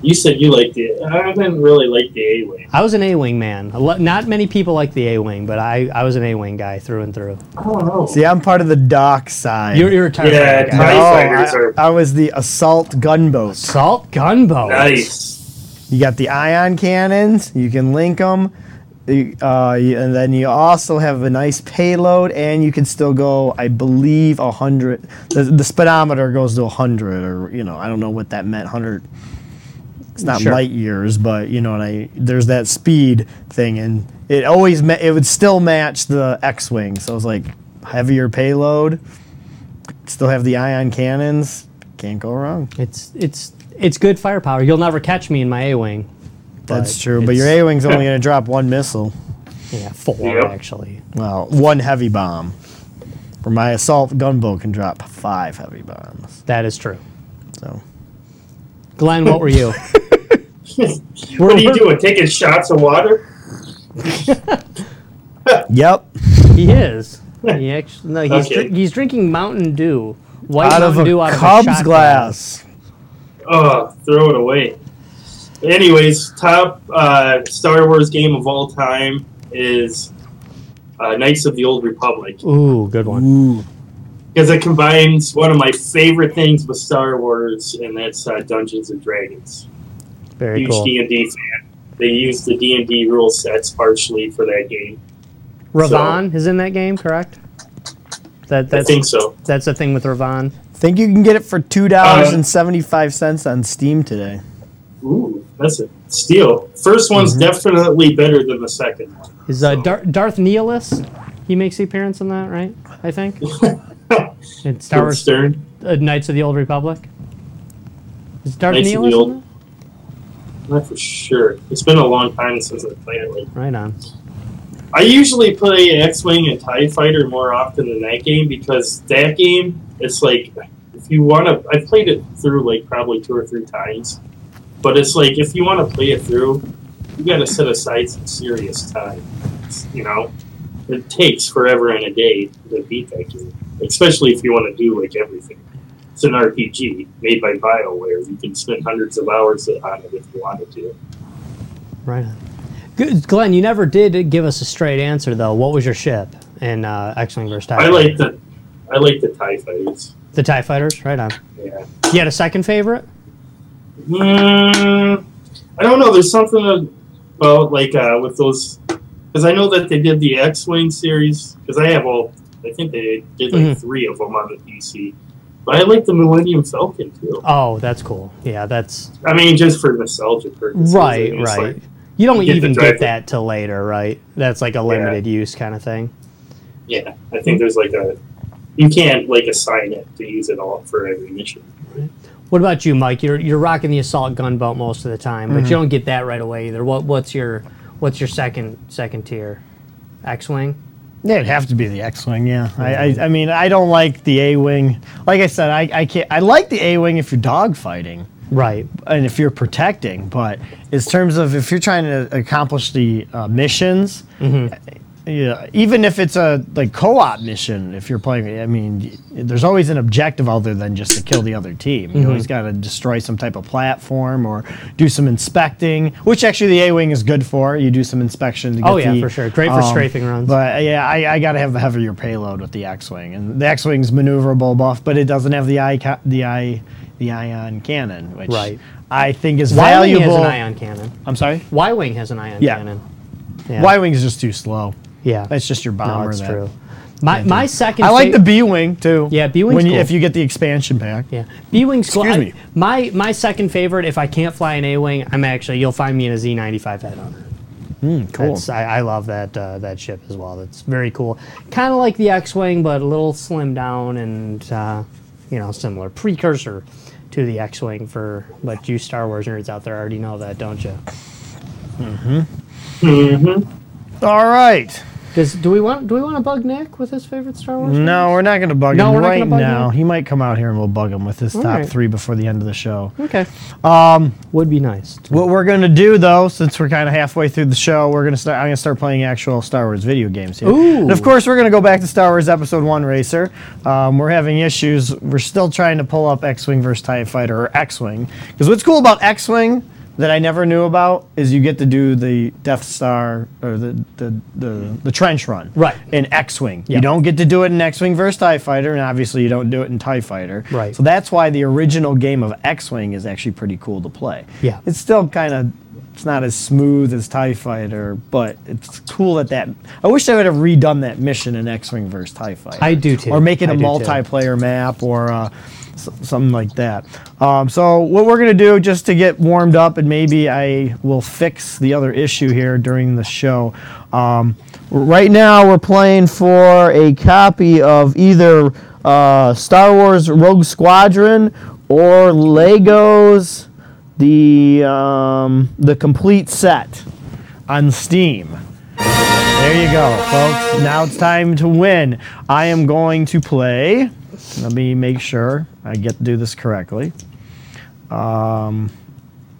Speaker 4: you said you liked it. I didn't really like the A-Wing.
Speaker 10: I was an A-wing man. A lo- Not many people like the A-wing, but I, I was an A-wing guy through and through.
Speaker 4: I don't know.
Speaker 3: See, I'm part of the dock side.
Speaker 10: You're, you're a TIE
Speaker 4: Yeah,
Speaker 10: fighter guy.
Speaker 4: TIE
Speaker 3: No,
Speaker 4: fighters
Speaker 3: I,
Speaker 4: are-
Speaker 3: I was the assault gunboat.
Speaker 10: Salt gunboat.
Speaker 4: nice.
Speaker 3: You got the ion cannons. You can link them. and then you also have a nice payload, and you can still go, I believe, 100. The, the speedometer goes to 100, or, you know, I don't know what that meant, 100. It's not
Speaker 10: Sure.
Speaker 3: light years, but, you know, and I, there's that speed thing, and it always, ma- it would still match the X Wing. So I was like, heavier payload. Still have the ion cannons. Can't go wrong.
Speaker 10: It's it's it's good firepower. You'll never catch me in my A wing.
Speaker 3: That's true. But your A wing's only going to drop one missile.
Speaker 10: Yeah, four
Speaker 4: Yep.
Speaker 10: actually.
Speaker 3: Well, one heavy bomb. Where my assault gunboat can drop five heavy bombs.
Speaker 10: That is true.
Speaker 3: So
Speaker 10: Glenn, what were you?
Speaker 4: what are you doing? Taking shots of water?
Speaker 3: yep,
Speaker 10: he is. He actually no. He's
Speaker 4: Okay.
Speaker 10: dr- he's drinking Mountain Dew. White
Speaker 3: out of
Speaker 10: Mountain
Speaker 3: a
Speaker 10: Dew out of a
Speaker 3: Cubs
Speaker 10: shot
Speaker 3: glass.
Speaker 4: Oh, throw it away. Anyways, top uh, Star Wars game of all time is uh, Knights of the Old Republic
Speaker 10: Ooh, good one.
Speaker 3: Ooh,
Speaker 4: because it combines one of my favorite things with Star Wars, and that's uh, Dungeons and Dragons.
Speaker 10: Very
Speaker 4: Huge
Speaker 10: cool.
Speaker 4: D and D fan. They used the D and D rule sets partially for that game.
Speaker 10: Ravon is in that game, correct? That
Speaker 4: I
Speaker 10: that's
Speaker 4: think so.
Speaker 10: that's the thing with Ravon.
Speaker 3: think you can get it for two dollars and seventy-five cents on Steam today.
Speaker 4: Ooh, that's a steal. First one's
Speaker 10: Mm-hmm.
Speaker 4: definitely better than the second one.
Speaker 10: Is uh, Dar- Darth Nihilus? He makes the appearance in that, right? I think. in Star
Speaker 4: Howard
Speaker 10: Wars
Speaker 4: Stern.
Speaker 10: uh, Knights of the Old Republic. Is Darth
Speaker 4: Knights of the
Speaker 10: Nihilus? in
Speaker 4: Old-
Speaker 10: that?
Speaker 4: Not for sure. It's been a long time since I played it. Like,
Speaker 10: Right on.
Speaker 4: I usually play X-wing and Tie Fighter more often than that game because that game, it's like if you want to. I played it through like probably two or three times, but it's like if you want to play it through, you got to set aside some serious time. It's, you know, it takes forever and a day to beat that game, especially if you want to do like everything. It's an RPG made by BioWare. You can spend hundreds of hours on it if you wanted to.
Speaker 10: Right on. Good, Glenn, you never did give us a straight answer though. What was your ship in uh, X-wing versus Tie?
Speaker 4: I
Speaker 10: Fighter?
Speaker 4: like the, I like the Tie Fighters.
Speaker 10: the Tie Fighters. Right on.
Speaker 4: Yeah.
Speaker 10: You had a second favorite?
Speaker 4: Mm, I don't know. There's something about like uh, with those because I know that they did the X-wing series because I have all. I think they did like
Speaker 10: Mhm.
Speaker 4: three of them on the PC, but I like the Millennium Falcon too.
Speaker 10: Oh, that's cool. Yeah, that's
Speaker 4: I mean, just for nostalgia purposes. I
Speaker 10: right,
Speaker 4: mean, it's
Speaker 10: right.
Speaker 4: like-
Speaker 10: you don't
Speaker 4: you get to
Speaker 10: even
Speaker 4: drive
Speaker 10: get
Speaker 4: it.
Speaker 10: that till later, right? That's like a limited use kind of thing.
Speaker 4: yeah, I think there's like a you can't like assign it to use it all for every mission.
Speaker 10: What about you, Mike? You're you're rocking the assault gunboat most of the time,
Speaker 3: Mm-hmm.
Speaker 10: but you don't get that right away either. What what's your what's your second second tier? X wing.
Speaker 3: Yeah, it'd have to be the X-wing. Yeah, I, I, I mean, I don't like the A-wing. Like I said, I, I can't. I like the A-wing if you're dogfighting
Speaker 10: Right.
Speaker 3: and if you're protecting, but in terms of if you're trying to accomplish the uh, missions,
Speaker 10: Mm-hmm.
Speaker 3: yeah, even if it's a like co-op mission, if you're playing, I mean, y- there's always an objective other than just to kill the other team.
Speaker 10: Mm-hmm.
Speaker 3: You always got to destroy some type of platform or do some inspecting, which actually the A-wing is good for. You do some inspection. To get
Speaker 10: Oh, yeah,
Speaker 3: the- um,
Speaker 10: for sure. Great for strafing runs.
Speaker 3: But uh, yeah, I, I got to have a heavier payload with the X-wing, and the X-wing's maneuverable buff, but it doesn't have the eye, ca- the eye, the ion cannon, which
Speaker 10: Right.
Speaker 3: I think is
Speaker 10: Y-wing has
Speaker 3: valuable.
Speaker 10: an ion cannon.
Speaker 3: I'm sorry.
Speaker 10: Y wing has an ion
Speaker 3: Yeah.
Speaker 10: cannon. Yeah.
Speaker 3: Y-wing is just too slow.
Speaker 10: Yeah.
Speaker 3: That's just your bomber.
Speaker 10: no, that's
Speaker 3: that-
Speaker 10: true. My my second.
Speaker 3: I like
Speaker 10: fa-
Speaker 3: the B wing too.
Speaker 10: Yeah, B-wing's
Speaker 3: When you,
Speaker 10: cool.
Speaker 3: if you get the expansion pack.
Speaker 10: Yeah, B wing's cool.
Speaker 3: Excuse
Speaker 10: I-
Speaker 3: me.
Speaker 10: My my second favorite. If I can't fly an A wing, I'm actually you'll find me in a Z ninety five headhunter.
Speaker 3: cool.
Speaker 10: That's, I, I love that uh, that ship as well. That's very cool. Kind of like the X wing, but a little slimmed down and uh, you know similar precursor to the X wing. For but you Star Wars nerds out there already know that, don't you?
Speaker 3: All right.
Speaker 10: Does do we want do we want to bug Nick with his favorite Star Wars?
Speaker 3: No, we're not going to bug
Speaker 10: No, we're
Speaker 3: him
Speaker 10: not
Speaker 3: right
Speaker 10: gonna bug
Speaker 3: now.
Speaker 10: him.
Speaker 3: He might come out here and we'll bug him with his top
Speaker 10: right.
Speaker 3: three before the end of the show.
Speaker 10: Okay. Um, would be nice.
Speaker 3: What we're going to do though, since we're kind of halfway through the show, we're going to start. I'm going to start playing actual Star Wars video games here.
Speaker 10: Ooh.
Speaker 3: And of course, we're going to go back to Star Wars Episode One Racer. Um, we're having issues. We're still trying to pull up X-wing versus Tie Fighter or X-wing because what's cool about X-wing that I never knew about is you get to do the Death Star or the the the, the trench run
Speaker 10: Right.
Speaker 3: in X-wing.
Speaker 10: Yeah.
Speaker 3: You don't get to do it in X-wing versus Tie Fighter, and obviously you don't do it in Tie Fighter.
Speaker 10: Right.
Speaker 3: So that's why the original game of X-wing is actually pretty cool to play.
Speaker 10: Yeah.
Speaker 3: It's still kind of it's not as smooth as Tie Fighter, but it's cool that that. I wish they would have redone that mission in X Wing versus Tie Fighter.
Speaker 10: I do too.
Speaker 3: Or make it
Speaker 10: I
Speaker 3: a
Speaker 10: do too.
Speaker 3: multiplayer map or uh, S- something like that. Um, so what we're gonna do just to get warmed up, and maybe I will fix the other issue here during the show. Um, right now we're playing for a copy of either uh, Star Wars Rogue Squadron or Legos the um, the complete set on Steam. There you go, folks. Now it's time to win. I am going to play. Let me make sure I get to do this correctly. Um,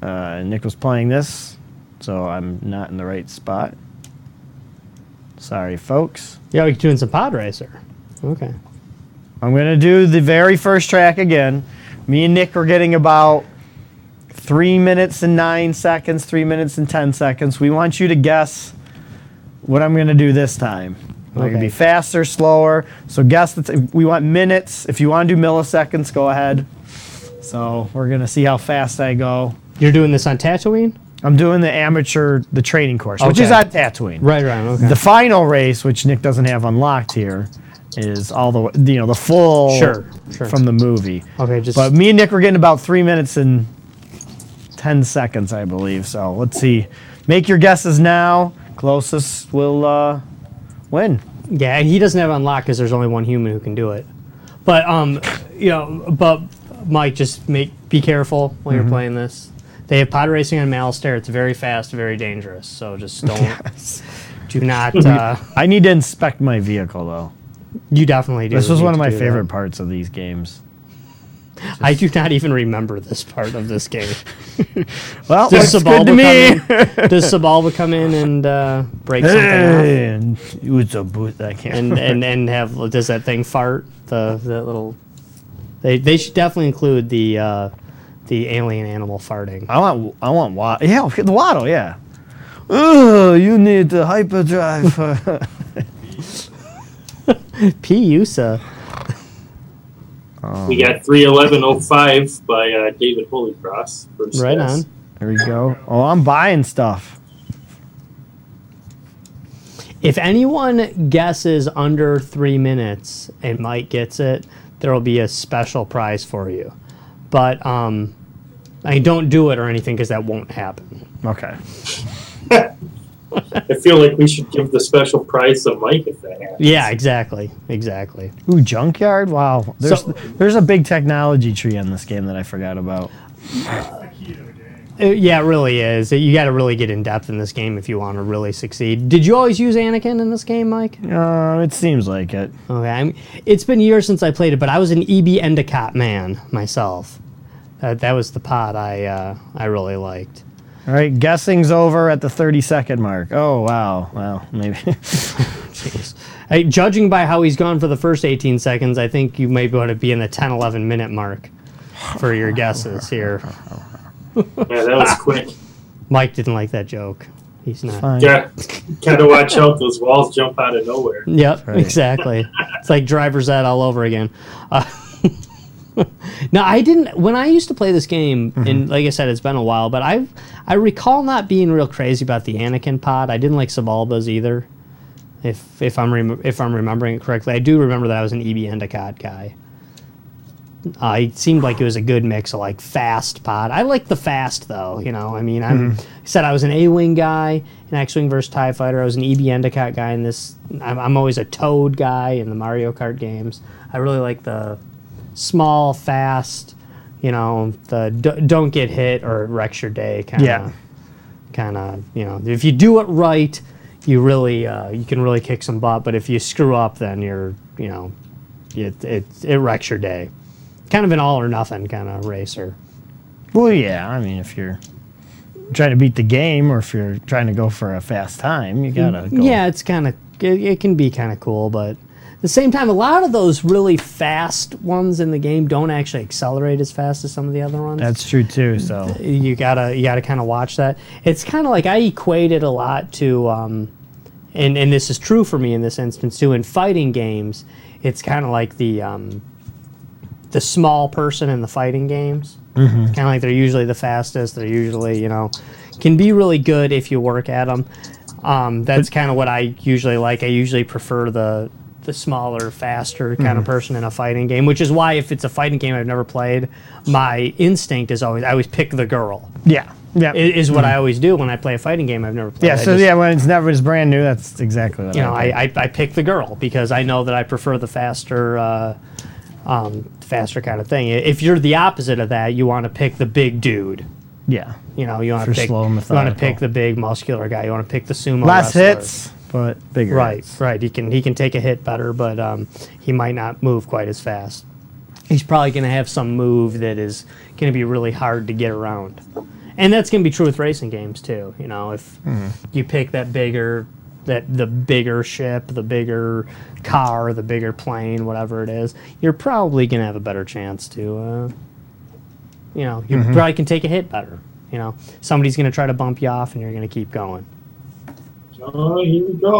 Speaker 3: uh, Nick was playing this, so I'm not in the right spot. Sorry, folks.
Speaker 10: Yeah, we're doing some pod racer. Okay.
Speaker 3: I'm going to do the very first track again. Me and Nick are getting about three minutes and nine seconds, three minutes and 10 seconds. We want you to guess what I'm going to do this time. I'm going to
Speaker 10: Okay.
Speaker 3: be faster, slower. So guess that we want minutes. If you want to do milliseconds, go ahead. So we're going to see how fast I go.
Speaker 10: You're doing this on Tatooine?
Speaker 3: I'm doing the amateur, the training course, which is
Speaker 10: Okay.
Speaker 3: on Tatooine.
Speaker 10: Right, right. Okay.
Speaker 3: The final race, which Nick doesn't have unlocked here, is all the way- you know the full
Speaker 10: Sure, sure.
Speaker 3: from the movie.
Speaker 10: okay, just
Speaker 3: But me and Nick were getting about three minutes and ten seconds, I believe. So let's see. Make your guesses now. Closest will uh, win.
Speaker 10: yeah, he doesn't have unlock because there's only one human who can do it. But um, you know, but Mike, just make be careful when
Speaker 3: Mm-hmm.
Speaker 10: you're playing this. They have pod racing on Malstair. It's very fast, very dangerous. So just don't, do not. Uh,
Speaker 3: I need to inspect my vehicle though.
Speaker 10: you definitely do.
Speaker 3: This was
Speaker 10: need
Speaker 3: one of
Speaker 10: to
Speaker 3: my
Speaker 10: do that.
Speaker 3: favorite parts of these games.
Speaker 10: I do not even remember this part of this game.
Speaker 3: Well,
Speaker 10: Does
Speaker 3: looks
Speaker 10: Sabal
Speaker 3: Oh, good to me.
Speaker 10: come in? Does Sabalba come in and uh, break something off?
Speaker 3: And it's a boot. I can't.
Speaker 10: and and and have does that thing fart the that little they they should definitely include the uh the alien animal farting
Speaker 3: I want I want waddle. Yeah, I'll get the waddle. Yeah. Oh, you need the hyperdrive.
Speaker 10: piusa Oh.
Speaker 4: We got 311.05 by uh, David Holycross. Bruce
Speaker 10: right
Speaker 4: Spence.
Speaker 10: on
Speaker 3: there we go. Oh, I'm buying stuff.
Speaker 10: if anyone guesses under three minutes and mike gets it there will be a special prize for you but um i don't do it or anything because that won't happen
Speaker 3: Okay.
Speaker 4: I feel like we should give the special prize to Mike if that happens.
Speaker 10: yeah exactly exactly
Speaker 3: Ooh, junkyard. Wow. There's
Speaker 10: So-
Speaker 3: there's a big technology tree on this game that I forgot about.
Speaker 10: Uh, yeah it really is you got to really get in depth in this game if you want to really succeed did you always use anakin in this game mike
Speaker 3: Uh, it seems like it.
Speaker 10: Okay, I'm, it's been years since I played it, but I was an E EB Endicott man myself. Uh, that was the pod I uh, I really liked.
Speaker 3: All right, guessing's over at the 30 second mark. Oh wow. Well, maybe.
Speaker 10: Jeez. I, judging by how he's gone for the first 18 seconds, I think you may want to be in the 10, 11 minute mark for your guesses here.
Speaker 4: Yeah, that was quick.
Speaker 10: Mike didn't like that joke. He's not.
Speaker 3: Fine.
Speaker 4: Yeah, gotta watch out. Those walls jump out of nowhere.
Speaker 10: Yep,
Speaker 3: right.
Speaker 10: exactly. it's like driver's ed all over again. Uh, now I didn't when I used to play this game, and like I said, it's been a while, but I I recall not being real crazy about the Anakin pod. I didn't like Sabalba's either. If if I'm rem- if I'm remembering it correctly, I do remember that I was an E EB Endicott guy. Uh, it seemed like it was a good mix of like fast pod. I like the fast though, you know. I mean, I'm, I said I was an A-wing guy, an X-wing versus Tie fighter. I was an EB Endicott guy in this. I'm, I'm always a Toad guy in the Mario Kart games. I really like the small, fast, you know, the d- don't get hit or it wrecks your day kind of.
Speaker 3: Yeah.
Speaker 10: Kind of, you know, if you do it right, you really uh, you can really kick some butt. But if you screw up, then you're, you know, it it it wrecks your day. Kind of an all or nothing kind of racer.
Speaker 3: well, yeah. I mean, if you're trying to beat the game or if you're trying to go for a fast time, you gotta go.
Speaker 10: Mm, Yeah, it's kind of it, it can be kind of cool, but at the same time, a lot of those really fast ones in the game don't actually accelerate as fast as some of the other ones.
Speaker 3: That's true too. So.
Speaker 10: you gotta you gotta kind of watch that. It's kind of like I equate it a lot to, um, and and this is true for me in this instance too. In fighting games, it's kind of like the um, the small person in the fighting games. Kind of like they're usually the fastest. They're usually you know can be really good if you work at them. Um, that's kind of what I usually like. I usually prefer the the smaller, faster kind
Speaker 3: Mm-hmm.
Speaker 10: of person in a fighting game, which is why if it's a fighting game I've never played, my instinct is always I always pick the girl.
Speaker 3: Yeah. Yeah. Mm-hmm.
Speaker 10: i- Is what I always do when I play a fighting game I've never played.
Speaker 3: yeah.
Speaker 10: I
Speaker 3: So
Speaker 10: just-
Speaker 3: yeah, when it's never it's brand new, that's exactly what
Speaker 10: you know,
Speaker 3: I, do.
Speaker 10: I, I, I pick the girl because I know that I prefer the faster, uh, um, faster kind of thing. If you're the opposite of that, you want to pick the big dude.
Speaker 3: yeah.
Speaker 10: You know, you want
Speaker 3: For
Speaker 10: to pick,
Speaker 3: slow and
Speaker 10: you want to
Speaker 3: methodical.
Speaker 10: pick the big muscular guy. You want to pick the sumo.
Speaker 3: Less
Speaker 10: wrestler.
Speaker 3: hits, but bigger.
Speaker 10: Right,
Speaker 3: hits.
Speaker 10: right. He can he can take a hit better, but um, he might not move quite as fast. He's probably going to have some move that is going to be really hard to get around, and that's going to be true with racing games too. You know, if you pick that bigger, that the bigger ship, the bigger car, the bigger plane, whatever it is, you're probably going to have a better chance to, uh, you know, you probably can take a hit better. You know, somebody's going to try to bump you off, and you're going to keep going.
Speaker 4: Oh, here we go.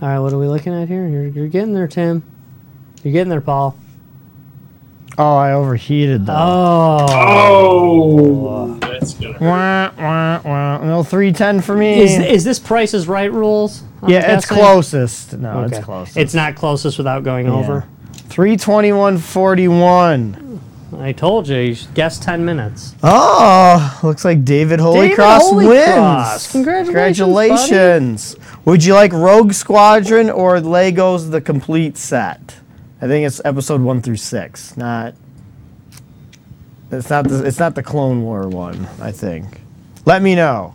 Speaker 10: All right, what are we looking at here? You're, you're getting there, Tim. You're getting there, Paul.
Speaker 3: Oh, I overheated though.
Speaker 10: Oh.
Speaker 4: Oh, that's gonna hurt.
Speaker 3: Wah, wah, wah. No 310 for me.
Speaker 10: Is, is this Price is Right rules? I'm
Speaker 3: yeah, it's
Speaker 10: guessing?
Speaker 3: closest. No,
Speaker 10: Okay.
Speaker 3: it's closest.
Speaker 10: It's not closest without going
Speaker 3: Yeah.
Speaker 10: over.
Speaker 3: 321.41.
Speaker 10: I told you, you should guess 10 minutes.
Speaker 3: Oh, looks like David Holy
Speaker 10: David
Speaker 3: Cross
Speaker 10: Holy
Speaker 3: wins.
Speaker 10: Cross. Congratulations,
Speaker 3: Congratulations. Would you like Rogue Squadron or Legos the complete set? I think it's episode 1 through 6, not It's not the, it's not the Clone War one, I think. Let me know.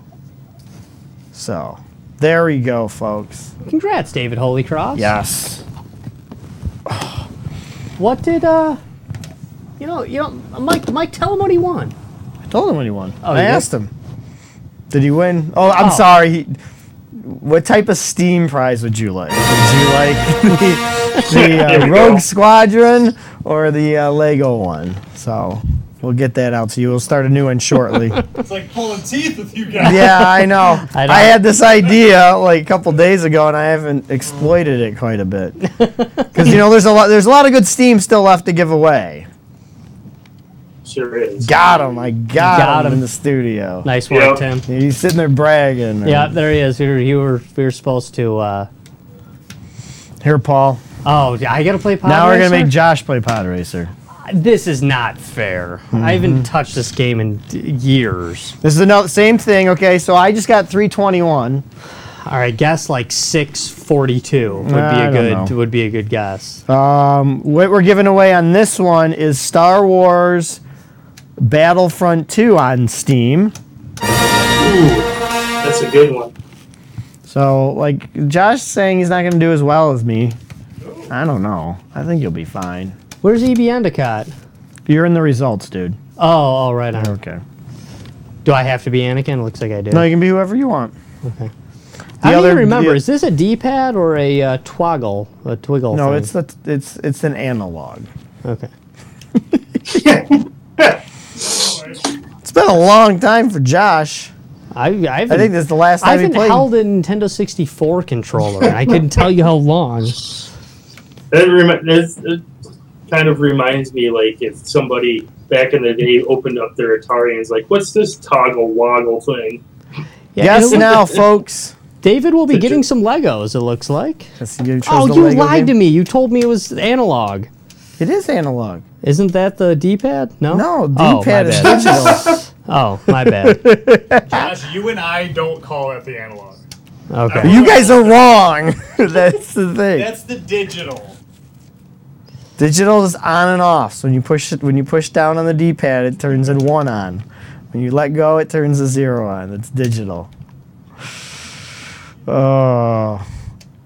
Speaker 3: So, there we go, folks.
Speaker 10: Congrats, David Holy Cross.
Speaker 3: Yes.
Speaker 10: What did, uh, you know, you know, Mike, Mike, tell him what he won.
Speaker 3: I told him when he won.
Speaker 10: you
Speaker 3: I
Speaker 10: Oh, did?
Speaker 3: asked him. Did he win? Oh, I'm
Speaker 10: Oh.
Speaker 3: sorry. He, what type of Steam prize would you like? Would you like the, the
Speaker 4: There
Speaker 3: uh,
Speaker 4: we
Speaker 3: Rogue
Speaker 4: go.
Speaker 3: Squadron or the uh, Lego one? So we'll get that out to you. We'll start a new one shortly.
Speaker 11: It's like pulling teeth with you guys.
Speaker 3: yeah, I know.
Speaker 10: I
Speaker 3: I,
Speaker 10: know.
Speaker 3: had this idea like a couple days ago, and I haven't exploited it quite a bit. Because you know, there's a lot. There's a lot of good Steam still left to give away.
Speaker 4: Sure is.
Speaker 3: Got him! I got,
Speaker 10: Got
Speaker 3: him,
Speaker 10: 'em.
Speaker 3: in the studio.
Speaker 10: Nice one,
Speaker 4: Yeah.
Speaker 10: Tim.
Speaker 3: He's sitting there bragging.
Speaker 10: Yeah, there he is. You were, you were, we were supposed to, uh,
Speaker 3: Here, Paul.
Speaker 10: oh, I got to play Pod
Speaker 3: now we're gonna
Speaker 10: Racer?
Speaker 3: make Josh play Pod Racer.
Speaker 10: This is not fair. I
Speaker 3: Mm-hmm.
Speaker 10: haven't touched this game in d- years.
Speaker 3: This is another same thing. Okay, so I just got 321.
Speaker 10: All right, guess like six forty-two would be
Speaker 3: Ah, I
Speaker 10: a
Speaker 3: don't
Speaker 10: good
Speaker 3: know.
Speaker 10: would be a good guess.
Speaker 3: Um, what we're giving away on this one is Star Wars Battlefront 2 on Steam.
Speaker 4: Ooh, that's a good one.
Speaker 3: So like Josh saying he's not gonna do as well as me. I don't know. I think you'll be fine.
Speaker 10: Where's EB Endicott?
Speaker 3: You're in the results, dude.
Speaker 10: Oh, all right. On.
Speaker 3: Okay.
Speaker 10: Do I have to be Anakin? Looks like I do.
Speaker 3: No, you can be whoever you want.
Speaker 10: I
Speaker 3: the
Speaker 10: don't even
Speaker 3: other-
Speaker 10: remember.
Speaker 3: the-
Speaker 10: is this a D-pad or a uh, twoggle? A twiggle?
Speaker 3: No,
Speaker 10: thing?
Speaker 3: it's the it's it's an analog.
Speaker 10: okay.
Speaker 3: It's been a long time for Josh.
Speaker 10: I I've
Speaker 3: I think this is the last time
Speaker 10: I've
Speaker 3: he
Speaker 10: been
Speaker 3: played.
Speaker 10: held a Nintendo 64 controller. and I couldn't tell you how long.
Speaker 4: That remi- that's- it kind of reminds me, like, if somebody back in the day opened up their Atari and was like, what's this toggle woggle thing?
Speaker 10: Yeah,
Speaker 3: Guess
Speaker 10: it'll-
Speaker 3: now, folks.
Speaker 10: David will be
Speaker 4: Did you-
Speaker 10: getting some Legos. It looks like.
Speaker 3: Yes, you chose
Speaker 10: Oh,
Speaker 3: the
Speaker 10: you
Speaker 3: Lego
Speaker 10: lied to
Speaker 3: game.
Speaker 10: me. You told me it was analog.
Speaker 3: It is analog.
Speaker 10: Isn't that the D-pad? No.
Speaker 3: No,
Speaker 10: Oh, my
Speaker 3: D-pad is
Speaker 10: bad.
Speaker 3: digital.
Speaker 10: Oh, my bad.
Speaker 11: Josh, you and I don't call that the analog.
Speaker 10: Okay.
Speaker 3: you guys are wrong. That's the thing.
Speaker 11: That's the digital.
Speaker 3: Digital is on and off. So when you push it, when you push down on the D-pad, it turns in one on. When you let go, it turns a zero on. It's digital. Oh,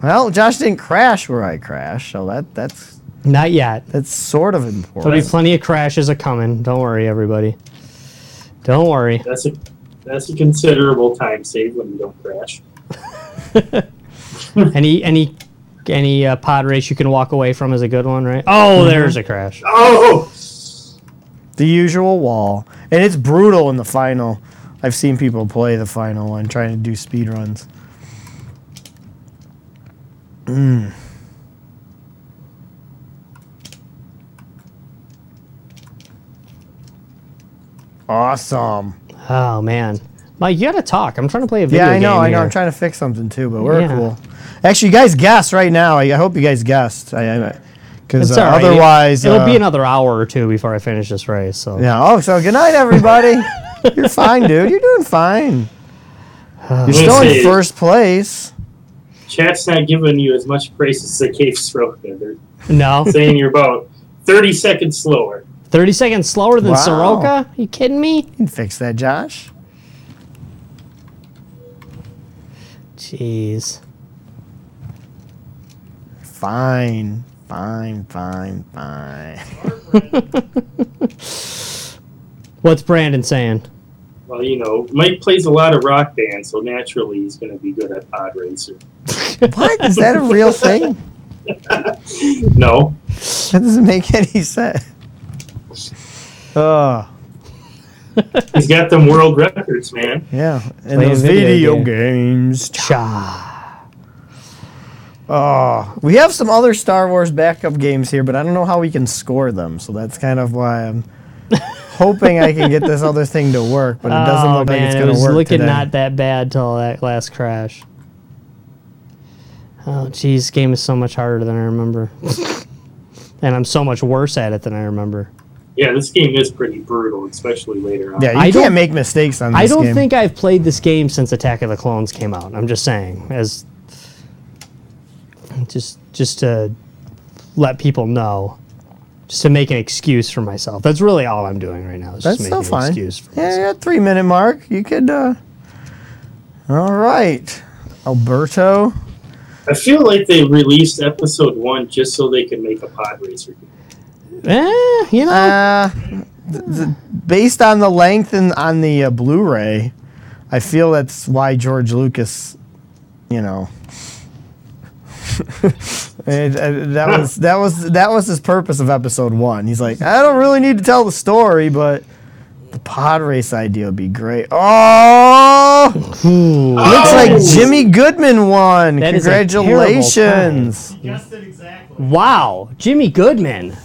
Speaker 3: well, Josh didn't crash where I crashed, so that that's
Speaker 10: Not yet.
Speaker 3: that's sort of
Speaker 10: There'll be
Speaker 3: important.
Speaker 10: plenty of crashes a coming. Don't worry, everybody. Don't worry.
Speaker 4: That's a that's a considerable time save when you don't crash.
Speaker 10: Any any any uh, pod race you can walk away from is a good one, right? Oh, there's a crash.
Speaker 4: Oh!
Speaker 3: The usual wall, and it's brutal in the final. I've seen people play the final one trying to do speed runs. Hmm. Mm. Awesome.
Speaker 10: Oh man, Mike, you gotta talk. I'm trying to play a video
Speaker 3: Yeah,
Speaker 10: game.
Speaker 3: I know, I know.
Speaker 10: here.
Speaker 3: I'm trying to fix something too, but we're
Speaker 10: Yeah.
Speaker 3: cool. Actually, you guys guessed right now. I, I hope you guys guessed. I, because
Speaker 10: It's
Speaker 3: uh,
Speaker 10: all right.
Speaker 3: otherwise,
Speaker 10: it'll be
Speaker 3: uh,
Speaker 10: another hour or two before I finish this race. So
Speaker 3: Yeah. Oh, so good night, everybody. You're fine, dude. You're doing fine. You're still
Speaker 4: Let's see.
Speaker 3: in first place.
Speaker 4: Chat's not giving you as much praise as the cave stroke. They're
Speaker 10: no,
Speaker 4: saying you're about 30 seconds slower.
Speaker 10: 30 seconds slower than
Speaker 3: Wow.
Speaker 10: Soroka. you kidding me?
Speaker 3: You can fix that, Josh.
Speaker 10: Jeez.
Speaker 3: Fine. Fine. Fine. Fine.
Speaker 10: What's Brandon saying?
Speaker 4: Well, you know, Mike plays a lot of rock band, so naturally he's going to be good at Pod Racer.
Speaker 3: What is that a real thing?
Speaker 4: No,
Speaker 3: That doesn't make any sense. Oh,
Speaker 4: he's got them world records, man.
Speaker 3: yeah. And
Speaker 10: Playing
Speaker 3: those
Speaker 10: video
Speaker 3: video, games.
Speaker 10: Cha.
Speaker 3: Oh, we have some other Star Wars backup games here, but I don't know how we can score them. So that's kind of why I'm hoping I can get this other thing to work, but it doesn't
Speaker 10: oh,
Speaker 3: look
Speaker 10: man,
Speaker 3: like it's
Speaker 10: it
Speaker 3: going to
Speaker 10: was
Speaker 3: work
Speaker 10: looking
Speaker 3: today.
Speaker 10: not that bad till that last crash. Oh, jeez, this game is so much harder than I remember. and I'm so much worse at it than I remember.
Speaker 4: Yeah, this game is pretty brutal, especially later on.
Speaker 3: yeah, you
Speaker 10: I don't-
Speaker 3: can't make mistakes on this
Speaker 10: I don't
Speaker 3: game.
Speaker 10: think I've played this game since Attack of the Clones came out. I'm just saying, as just just to let people know, just to make an excuse for myself. That's really all I'm doing right now. Is
Speaker 3: that's
Speaker 10: just
Speaker 3: still
Speaker 10: making an
Speaker 3: fine.
Speaker 10: excuse for
Speaker 3: yeah,
Speaker 10: myself.
Speaker 3: yeah, three minute mark. You could. Uh... All right, Alberto.
Speaker 4: I feel like they released episode one just so they could make a Pod Racer game.
Speaker 10: Eh, you know,
Speaker 3: Uh, th- th- based on the length and on the uh, Blu-ray, I feel that's why George Lucas, you know, it- uh, that was that was that was his purpose of episode one. He's like, I don't really need to tell the story, but the pod race idea would be great. Oh, looks like Jimmy Goodman won.
Speaker 10: Oh. That is a terrible
Speaker 3: Congratulations!
Speaker 11: Guessed it exactly.
Speaker 10: wow, Jimmy Goodman.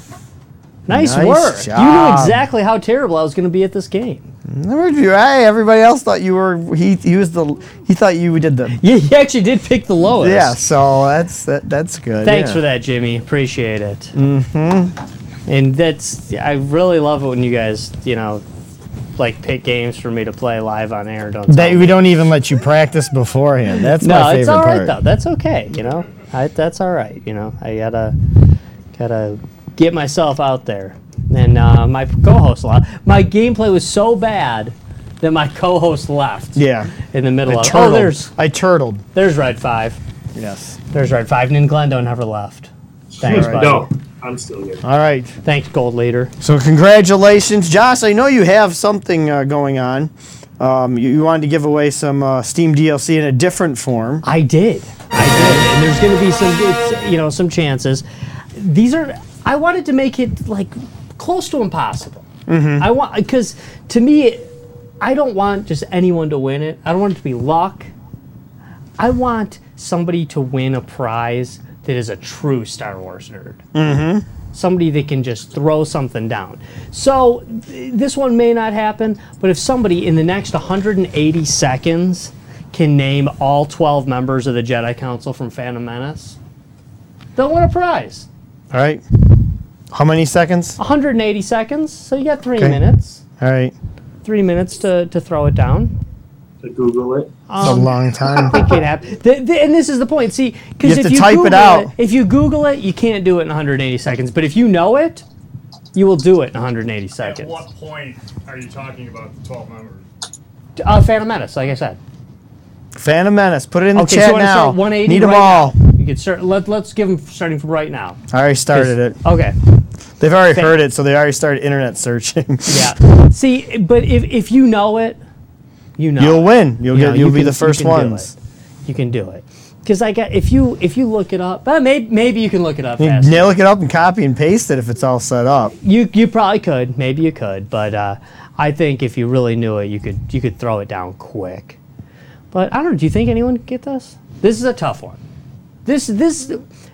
Speaker 10: Nice,
Speaker 3: Nice
Speaker 10: work. You
Speaker 3: job.
Speaker 10: knew exactly how terrible I was going to be at this game.
Speaker 3: Remember, you- Hey, everybody else thought you were he. He was the he thought you did the
Speaker 10: You, you actually did pick the lowest.
Speaker 3: Yeah, so that's that, that's good.
Speaker 10: Thanks
Speaker 3: yeah.
Speaker 10: for that, Jimmy. Appreciate it. Mm-hmm. And that's I really love it when you guys, you know, like pick games for me to play live on air. Don't tell
Speaker 3: That
Speaker 10: me.
Speaker 3: we don't even let you practice beforehand. That's
Speaker 10: no,
Speaker 3: my favorite
Speaker 10: it's all right
Speaker 3: part.
Speaker 10: though. That's okay. You know, I, that's all right. You know, I gotta gotta get myself out there. And uh, my co-host left. My gameplay was so bad that my co-host left
Speaker 3: Yeah,
Speaker 10: in the middle
Speaker 3: I
Speaker 10: of.
Speaker 3: turtled.
Speaker 10: Oh, there's
Speaker 3: I turtled.
Speaker 10: there's Red Five.
Speaker 3: Yes.
Speaker 10: There's Red Five. And Glendo never left. Thanks, buddy.
Speaker 4: No, Oh, I'm still here.
Speaker 3: All right.
Speaker 10: Thanks, Gold Leader.
Speaker 3: So congratulations, Josh. I know you have something uh, going on. Um, you, you wanted to give away some uh, Steam DLC in a different form.
Speaker 10: I did. I did. And there's going to be some, it's, you know, some chances. These are. I wanted to make it like close to impossible. I want because to me, I don't want just anyone to win it. I don't want it to be luck. I want somebody to win a prize that is a true Star Wars nerd. Mm-hmm. Somebody that can just throw something down. So th- this one may not happen, but if somebody in the next 180 seconds can name all 12 members of the Jedi Council from Phantom Menace, they'll win a prize.
Speaker 3: All right. How many seconds?
Speaker 10: 180 seconds, so you got three
Speaker 3: Okay.
Speaker 10: minutes.
Speaker 3: All right.
Speaker 10: Three minutes to, to throw it down.
Speaker 4: To Google it.
Speaker 3: It's
Speaker 10: Um,
Speaker 3: a long time.
Speaker 10: think it happened. Th th- and this is the point. See,
Speaker 3: You
Speaker 10: because
Speaker 3: have
Speaker 10: if
Speaker 3: to
Speaker 10: you
Speaker 3: type it
Speaker 10: Google
Speaker 3: out.
Speaker 10: if you Google it, you can't do it in 180 seconds. But if you know it, you will do it in 180
Speaker 11: At
Speaker 10: seconds.
Speaker 11: what point are you talking about the 12 members?
Speaker 10: Uh, Phantom Menace, like I said,
Speaker 3: Phantom Menace. Put it in the
Speaker 10: Okay, so
Speaker 3: chat
Speaker 10: you wanna
Speaker 3: now.
Speaker 10: start 180
Speaker 3: Need them
Speaker 10: right
Speaker 3: all.
Speaker 10: you could start. Let, let's give them starting from right now.
Speaker 3: I already started it.
Speaker 10: Okay.
Speaker 3: They've already
Speaker 10: Thank-
Speaker 3: heard it, so they already started internet searching.
Speaker 10: Yeah. See, but if if you know it, you know.
Speaker 3: You'll
Speaker 10: it.
Speaker 3: win. You'll
Speaker 10: You
Speaker 3: get.
Speaker 10: know,
Speaker 3: you'll
Speaker 10: you
Speaker 3: be
Speaker 10: can-
Speaker 3: the
Speaker 10: you
Speaker 3: first
Speaker 10: can do
Speaker 3: ones.
Speaker 10: it. You can do it. Because I got if you if you look it up, uh, maybe maybe you can look it up.
Speaker 3: You
Speaker 10: faster.
Speaker 3: nail it up and copy and paste it if it's all set up.
Speaker 10: You you probably could, maybe you could, but uh, I think if you really knew it, you could you could throw it down quick. But I don't. know, Do you think anyone could get this? This is a tough one. This this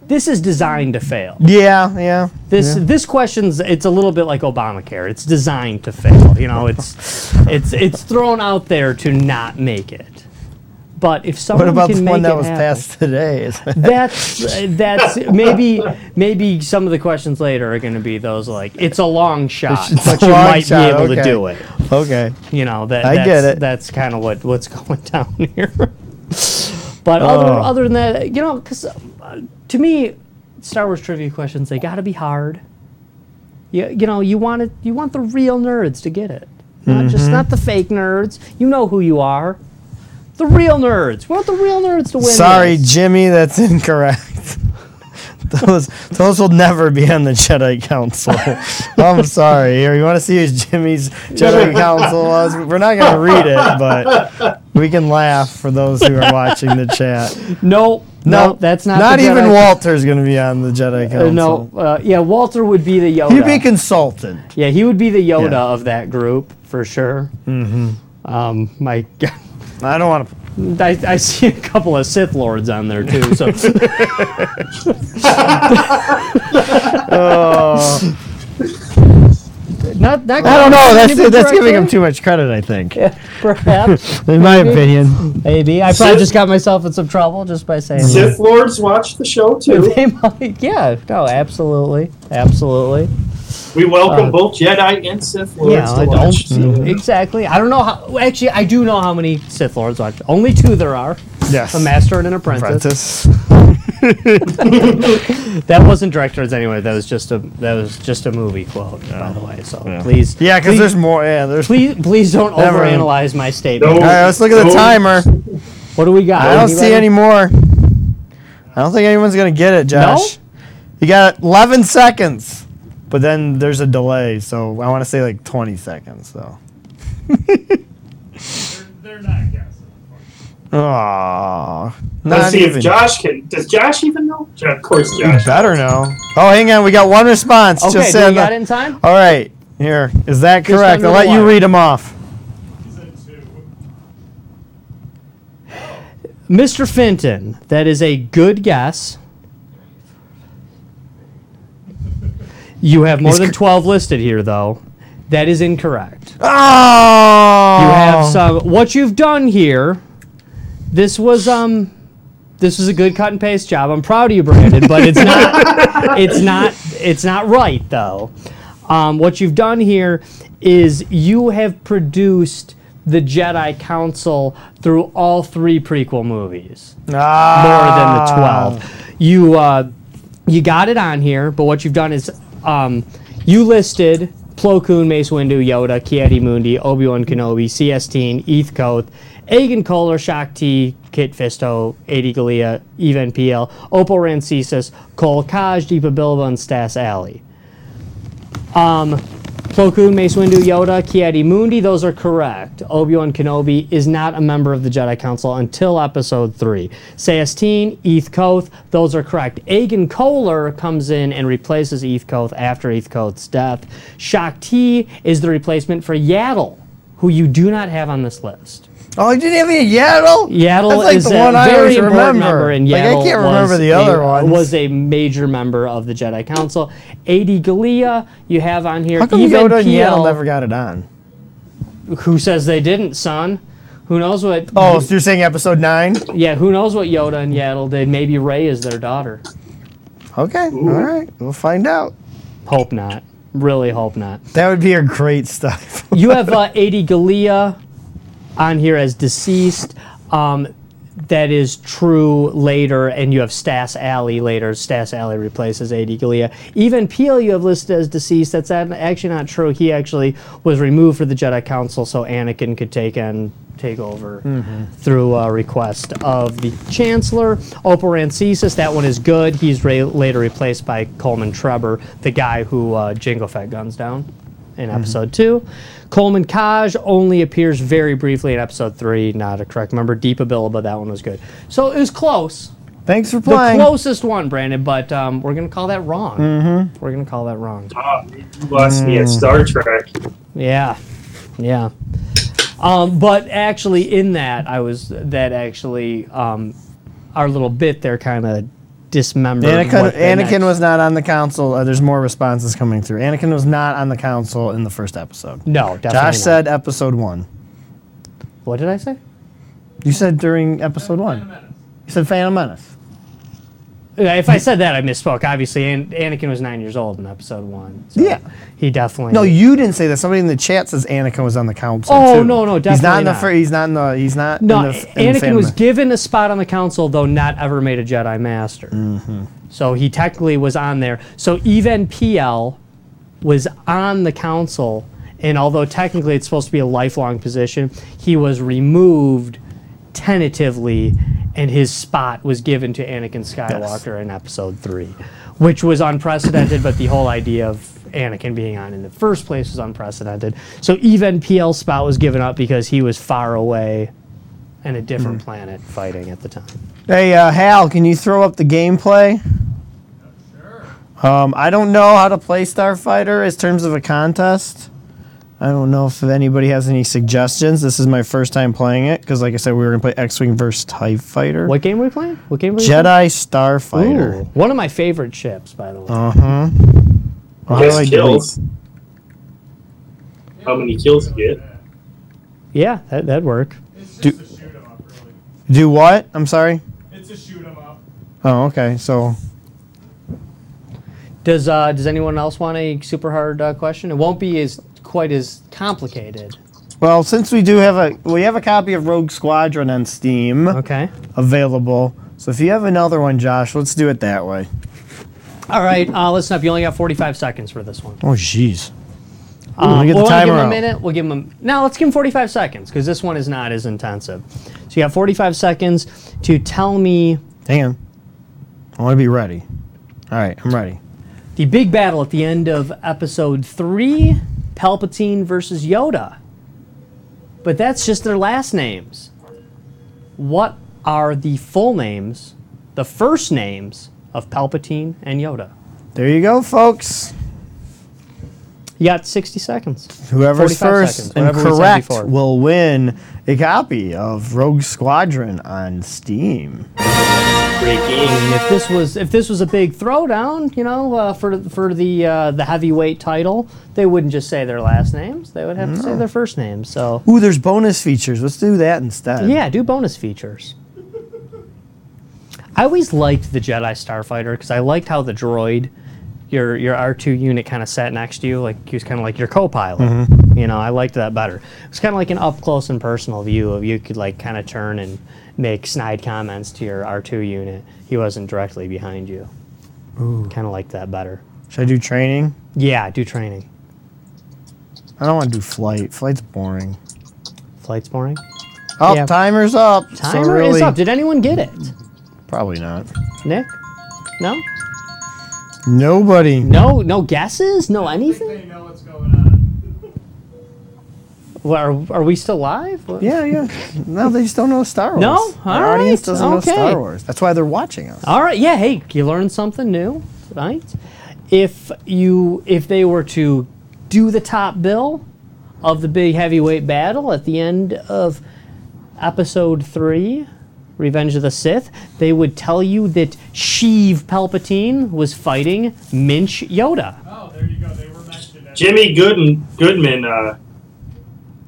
Speaker 10: This is designed to fail.
Speaker 3: Yeah, yeah.
Speaker 10: This
Speaker 3: yeah.
Speaker 10: this question's it's a little bit like Obamacare. It's designed to fail. You know, it's it's it's thrown out there to not make it. But if someone
Speaker 3: What about
Speaker 10: can
Speaker 3: the
Speaker 10: make
Speaker 3: one that
Speaker 10: it
Speaker 3: was
Speaker 10: happen-
Speaker 3: passed today? Is that-
Speaker 10: that's uh, that's maybe maybe some of the questions later are going to be those like it's a long shot,
Speaker 3: It's a
Speaker 10: but you
Speaker 3: long
Speaker 10: might
Speaker 3: shot,
Speaker 10: be able to
Speaker 3: okay.
Speaker 10: do it.
Speaker 3: okay.
Speaker 10: You know that
Speaker 3: I
Speaker 10: that's,
Speaker 3: get it.
Speaker 10: That's kind of what what's going down here. but other
Speaker 3: Oh.
Speaker 10: other than that, you know, because uh, to me, Star Wars trivia questions they got to be hard. You, you know you want it you want the real nerds to get it, not just
Speaker 3: Mm-hmm.
Speaker 10: not the fake nerds. You know who you are. The real nerds. We want the real nerds to win.
Speaker 3: Sorry,
Speaker 10: this.
Speaker 3: Jimmy, that's incorrect. those those will never be on the Jedi Council. I'm sorry. Here, you want to see his Jimmy's Jedi Council? was? We're not going to read it, but we can laugh for those who are watching the chat.
Speaker 10: No, no, that's not.
Speaker 3: Not
Speaker 10: the
Speaker 3: even
Speaker 10: Jedi-
Speaker 3: Walter's going to be on the Jedi
Speaker 10: Uh,
Speaker 3: Council.
Speaker 10: no, uh, yeah, Walter would be the Yoda.
Speaker 3: He'd be consultant.
Speaker 10: yeah, he would be the Yoda
Speaker 3: Yeah.
Speaker 10: of that group for sure. Mm-hmm. Um, my,
Speaker 3: I don't want to.
Speaker 10: I, I see a couple of Sith lords on there too. So
Speaker 3: Oh,
Speaker 10: not that.
Speaker 3: I don't know. That's that's giving him
Speaker 10: him
Speaker 3: too much credit. I think,
Speaker 10: Perhaps,
Speaker 3: in my opinion.
Speaker 10: maybe I probably
Speaker 4: Sith-
Speaker 10: just got myself in some trouble just by saying that.
Speaker 4: Sith Lords watch the show too.
Speaker 10: They might- yeah, no, absolutely, absolutely.
Speaker 4: We welcome both Jedi and Sith Lords
Speaker 10: Yeah,
Speaker 4: to
Speaker 10: I don't
Speaker 4: watch.
Speaker 10: exactly. I don't know how. Actually, I do know how many Sith lords watch. Only two there are:
Speaker 3: Yes.
Speaker 10: a master and an apprentice.
Speaker 3: Apprentice.
Speaker 10: That wasn't directors anyway. That was just a that was just a movie quote, by the way. So please,
Speaker 3: Yeah, because
Speaker 10: please-
Speaker 3: there's more. Yeah, there's.
Speaker 10: please, please don't
Speaker 3: Never mind.
Speaker 10: overanalyze my statement.
Speaker 3: All right, let's look at the
Speaker 4: No.
Speaker 3: timer.
Speaker 10: What do we got?
Speaker 3: I don't see
Speaker 10: Anybody?
Speaker 3: any more. I don't think anyone's gonna get it, Josh. You got 11 seconds, but then there's a delay, so I want to say like 20 seconds, though.
Speaker 11: They're, they're not guessing.
Speaker 3: Aww.
Speaker 4: Let's
Speaker 3: Not
Speaker 4: see
Speaker 3: even. Mm.
Speaker 4: if Josh can. Does Josh even know? Jo- Of course,
Speaker 3: You
Speaker 4: Josh.
Speaker 3: better know. Oh, hang on. We got one response.
Speaker 10: Okay,
Speaker 3: Just
Speaker 10: do we
Speaker 3: said.
Speaker 10: got it in time?
Speaker 3: All right. Here. Is that correct?
Speaker 10: under
Speaker 3: I'll
Speaker 10: the
Speaker 3: let you
Speaker 10: wire.
Speaker 3: read them off.
Speaker 11: He said two.
Speaker 10: Mr. Fenton, that is a good guess. You have more
Speaker 3: He's
Speaker 10: than
Speaker 3: cr-
Speaker 10: 12 listed here, though. That is incorrect.
Speaker 3: Oh.
Speaker 10: You have some. What you've done here, this was um, this was a good cut and paste job. I'm proud of you, Brandon, but it's not. it's not. It's not right though. Um, what you've done here is you have produced the Jedi Council through all three prequel movies more than the 12. You uh, you got it on here, but what you've done is um, you listed Plo Koon, Mace Windu, Yoda, Kiadi Mundi, Obi Wan Kenobi, CS10, Eth Koth, Agen Kohler, Shakti, Kit Fisto, Adi Galea, Evan PL, Opal Ramsesis, Cole Kaj, Deepa Bilba, and Stas Alley. Plo Koon, Mace Windu, Yoda, Kiadi Mundi, those are correct. Obi-Wan Kenobi is not a member of the Jedi Council until Episode 3. Seastine, Eth Koth, those are correct. Agen Kohler comes in and replaces Eth Koth after Eth Koth's death. Shakti is the replacement for Yaddle, who you do not have on this list.
Speaker 3: Oh, you didn't have any Yaddle?
Speaker 10: Yaddle
Speaker 3: That's like
Speaker 10: is
Speaker 3: the
Speaker 10: a
Speaker 3: one I
Speaker 10: very
Speaker 3: always
Speaker 10: important
Speaker 3: remember.
Speaker 10: member, and
Speaker 3: like,
Speaker 10: Yaddle
Speaker 3: I can't
Speaker 10: was
Speaker 3: remember the
Speaker 10: a- uh,
Speaker 3: other ones.
Speaker 10: Was a major member of the Jedi Council. Adi Galea, you have on here.
Speaker 3: How come
Speaker 10: Even
Speaker 3: Yoda and Yaddle
Speaker 10: Peel-
Speaker 3: never got it on?
Speaker 10: who says they didn't, son? Who knows what?
Speaker 3: Oh, so you're saying episode nine?
Speaker 10: yeah. Who knows what Yoda and Yaddle did? Maybe Ray is their daughter.
Speaker 3: Okay, all right, we'll find out.
Speaker 10: Hope not. Really hope not.
Speaker 3: That would be a great stuff.
Speaker 10: You have uh, Adi Galea on here as deceased. Um, that is true later, and you have Stas Alley later. Stas Alley replaces Adi Galea. Even Peel, you have listed as deceased. That's ad- actually not true. He actually was removed for the Jedi Council, so Anakin could take and take over through uh, request of the Chancellor. Opal Rancesis, that one is good. He's ra- later replaced by Coleman Trebor, the guy who uh, Jango Fett guns down
Speaker 3: Mm-hmm.
Speaker 10: in episode two. Coleman Kaj only appears very briefly in episode three. Not a correct member. Deepa Bilba, that one was good. So it was close.
Speaker 3: Thanks for
Speaker 10: The
Speaker 3: playing.
Speaker 10: closest one, Brandon, but um, we're going to call that wrong. Mm-hmm. We're going to call that wrong.
Speaker 4: Ah, you lost me at Star Trek.
Speaker 10: Yeah. Yeah. Um, but actually, in that, I was, that actually, um, our little bit there kind of dismembered.
Speaker 3: Anakin,
Speaker 10: what the
Speaker 3: Anakin
Speaker 10: next-
Speaker 3: was not on the council. Uh, there's more responses coming through. Anakin was not on the council in the first episode.
Speaker 10: No, definitely
Speaker 3: Josh
Speaker 10: not.
Speaker 3: said episode one.
Speaker 10: What did I say?
Speaker 3: You said during episode one. You said Phantom Menace.
Speaker 10: Yeah, If I said that, I misspoke. Obviously, An- Anakin was nine years old in Episode One. So
Speaker 3: Yeah.
Speaker 10: he definitely.
Speaker 3: No, you didn't say that. Somebody in the chat says Anakin was on the council.
Speaker 10: Oh,
Speaker 3: too.
Speaker 10: no, no,
Speaker 3: He's not
Speaker 10: definitely
Speaker 3: in the.
Speaker 10: not.
Speaker 3: fir- he's not in the. He's not.
Speaker 10: No,
Speaker 3: in the,
Speaker 10: A-
Speaker 3: f- in the
Speaker 10: Anakin
Speaker 3: Phantom
Speaker 10: was
Speaker 3: Menace.
Speaker 10: given a spot on the council, though not ever made a Jedi Master.
Speaker 3: Mm-hmm.
Speaker 10: So he technically was on there. So even PL was on the council, and although technically it's supposed to be a lifelong position, he was removed tentatively, and his spot was given to Anakin Skywalker in Episode Three, which was unprecedented. but the whole idea of Anakin being on in the first place was unprecedented. So even PL's spot was given up because he was far away and a different planet fighting at the time.
Speaker 3: Hey, uh, Hal, can you throw up the gameplay? Um, I don't know how to play Starfighter in terms of a contest. I don't know if anybody has any suggestions. This is my first time playing it because, like I said, we were gonna play X-wing versus Tie Fighter.
Speaker 10: What game were we playing? What game were we playing?
Speaker 3: Jedi
Speaker 10: Ooh,
Speaker 3: Starfighter.
Speaker 10: one of my favorite ships, by the way.
Speaker 3: Uh huh. How do I
Speaker 4: Best
Speaker 3: delete-
Speaker 4: kills. How many kills you get?
Speaker 10: yeah, that, that'd work.
Speaker 11: It's just
Speaker 3: Do-
Speaker 11: a shoot 'em up, really.
Speaker 3: Do what? I'm sorry.
Speaker 11: It's a shoot 'em up.
Speaker 3: Oh, okay. So
Speaker 10: Does uh, does anyone else want a super hard uh, question? It won't be as quite as complicated.
Speaker 3: Well, since we do have a we have a copy of Rogue Squadron on Steam
Speaker 10: Okay.
Speaker 3: available, so if you have another one, Josh, let's do it that way.
Speaker 10: All right. Uh, listen up. You only got 45 seconds for this one.
Speaker 3: Oh, jeez.
Speaker 10: Um,
Speaker 3: Let me get the
Speaker 10: we'll only
Speaker 3: timer
Speaker 10: give him
Speaker 3: out.
Speaker 10: a minute. We'll give him. A, no, let's give him 45 seconds because this one is not as intensive. So you have 45 seconds to tell me
Speaker 3: Hang on. I want to be ready. All right, I'm ready.
Speaker 10: the big battle at the end of episode three Palpatine versus Yoda. But that's just their last names. What are the full names, the first names of Palpatine and Yoda?
Speaker 3: There you go, folks.
Speaker 10: You got 60 seconds.
Speaker 3: Whoever's
Speaker 10: 45
Speaker 3: first
Speaker 10: seconds,
Speaker 3: and
Speaker 10: whatever we said
Speaker 3: correct
Speaker 10: before.
Speaker 3: will win a copy of Rogue Squadron on Steam.
Speaker 4: Great game.
Speaker 10: If this was if this was a big throwdown, you know, uh, for for the uh, the heavyweight title, they wouldn't just say their last names. They would have to say their first names. So
Speaker 3: Ooh, there's bonus features. Let's do that instead.
Speaker 10: Yeah, do bonus features. I always liked the Jedi Starfighter because I liked how the droid, your your R two unit, kind of sat next to you, like he was kind of like your co-pilot. You know, I liked that better. It was kind of like an up close and personal view of you could like kind of turn and make snide comments to your R two unit. He wasn't directly behind you. Kind of liked that better.
Speaker 3: Should I do training?
Speaker 10: Yeah, do training.
Speaker 3: I don't want to do flight. Flight's boring.
Speaker 10: Flight's boring.
Speaker 3: Oh,
Speaker 10: Yeah.
Speaker 3: timer's up. So
Speaker 10: Timer is
Speaker 3: really-
Speaker 10: up. Did anyone get it?
Speaker 3: Probably not.
Speaker 10: Nick? No?
Speaker 3: Nobody.
Speaker 10: No? No guesses? No
Speaker 11: I think
Speaker 10: anything?
Speaker 11: they know what's going on.
Speaker 10: Well, are, are we still live? What-
Speaker 3: Yeah, yeah. No, they just don't know Star Wars.
Speaker 10: No?
Speaker 3: Our
Speaker 10: All
Speaker 3: audience
Speaker 10: right,
Speaker 3: doesn't know
Speaker 10: okay.
Speaker 3: Star Wars. That's why they're watching us.
Speaker 10: All right. Yeah. Hey, you learned something new tonight. If you if they were to do the top bill of the big heavyweight battle at the end of episode three, Revenge of the Sith, they would tell you that Sheev Palpatine was fighting Minch Yoda.
Speaker 11: Oh, there you go. They were mentioned. as-
Speaker 4: Jimmy Gooden, Goodman, uh,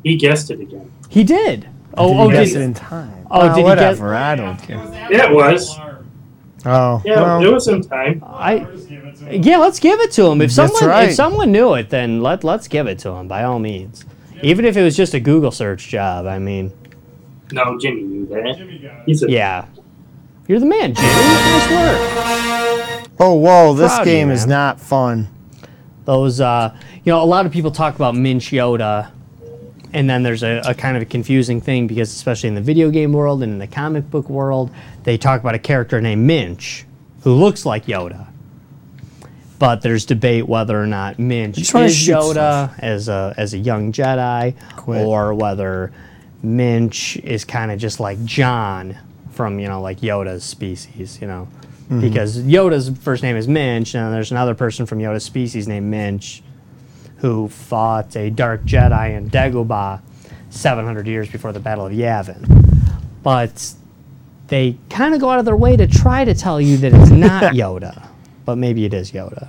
Speaker 4: he guessed it again.
Speaker 10: He did. Oh,
Speaker 3: Didn't
Speaker 10: oh,
Speaker 3: guess
Speaker 10: did,
Speaker 3: it in time.
Speaker 10: oh, did he
Speaker 3: whatever.
Speaker 10: guess-
Speaker 3: I
Speaker 11: It
Speaker 3: don't care.
Speaker 11: was after
Speaker 4: Yeah, it
Speaker 11: the
Speaker 4: was.
Speaker 11: alarm.
Speaker 3: Oh,
Speaker 4: Yeah,
Speaker 3: well,
Speaker 4: there was some time.
Speaker 10: I.
Speaker 11: Just give it to them.
Speaker 10: Yeah, let's give it to him. If
Speaker 3: That's
Speaker 10: someone
Speaker 3: right.
Speaker 10: if someone knew it, then let let's give it to him by all means. Even if it was just a Google search job, I mean,
Speaker 4: No, Jimmy knew that.
Speaker 11: Jimmy got it.
Speaker 4: He's a
Speaker 10: yeah, you're the man, Jimmy. Nice work.
Speaker 3: oh, whoa, this
Speaker 10: Proud of you,
Speaker 3: game is
Speaker 10: man.
Speaker 3: not fun.
Speaker 10: Those, uh, you know, a lot of people talk about Minch Yoda, and then there's a, a kind of a confusing thing because especially in the video game world and in the comic book world, they talk about a character named Minch who looks like Yoda. But there's debate whether or not Minch is
Speaker 3: just wanna shoot
Speaker 10: Yoda as a as a young Jedi,
Speaker 3: Quit.
Speaker 10: or whether Minch is kind of just like John from you know like Yoda's species, you know, because Yoda's first name is Minch, and there's another person from Yoda's species named Minch who fought a dark Jedi in Dagobah 700 years before the Battle of Yavin. But they kind of go out of their way to try to tell you that it's not Yoda, but maybe it is Yoda.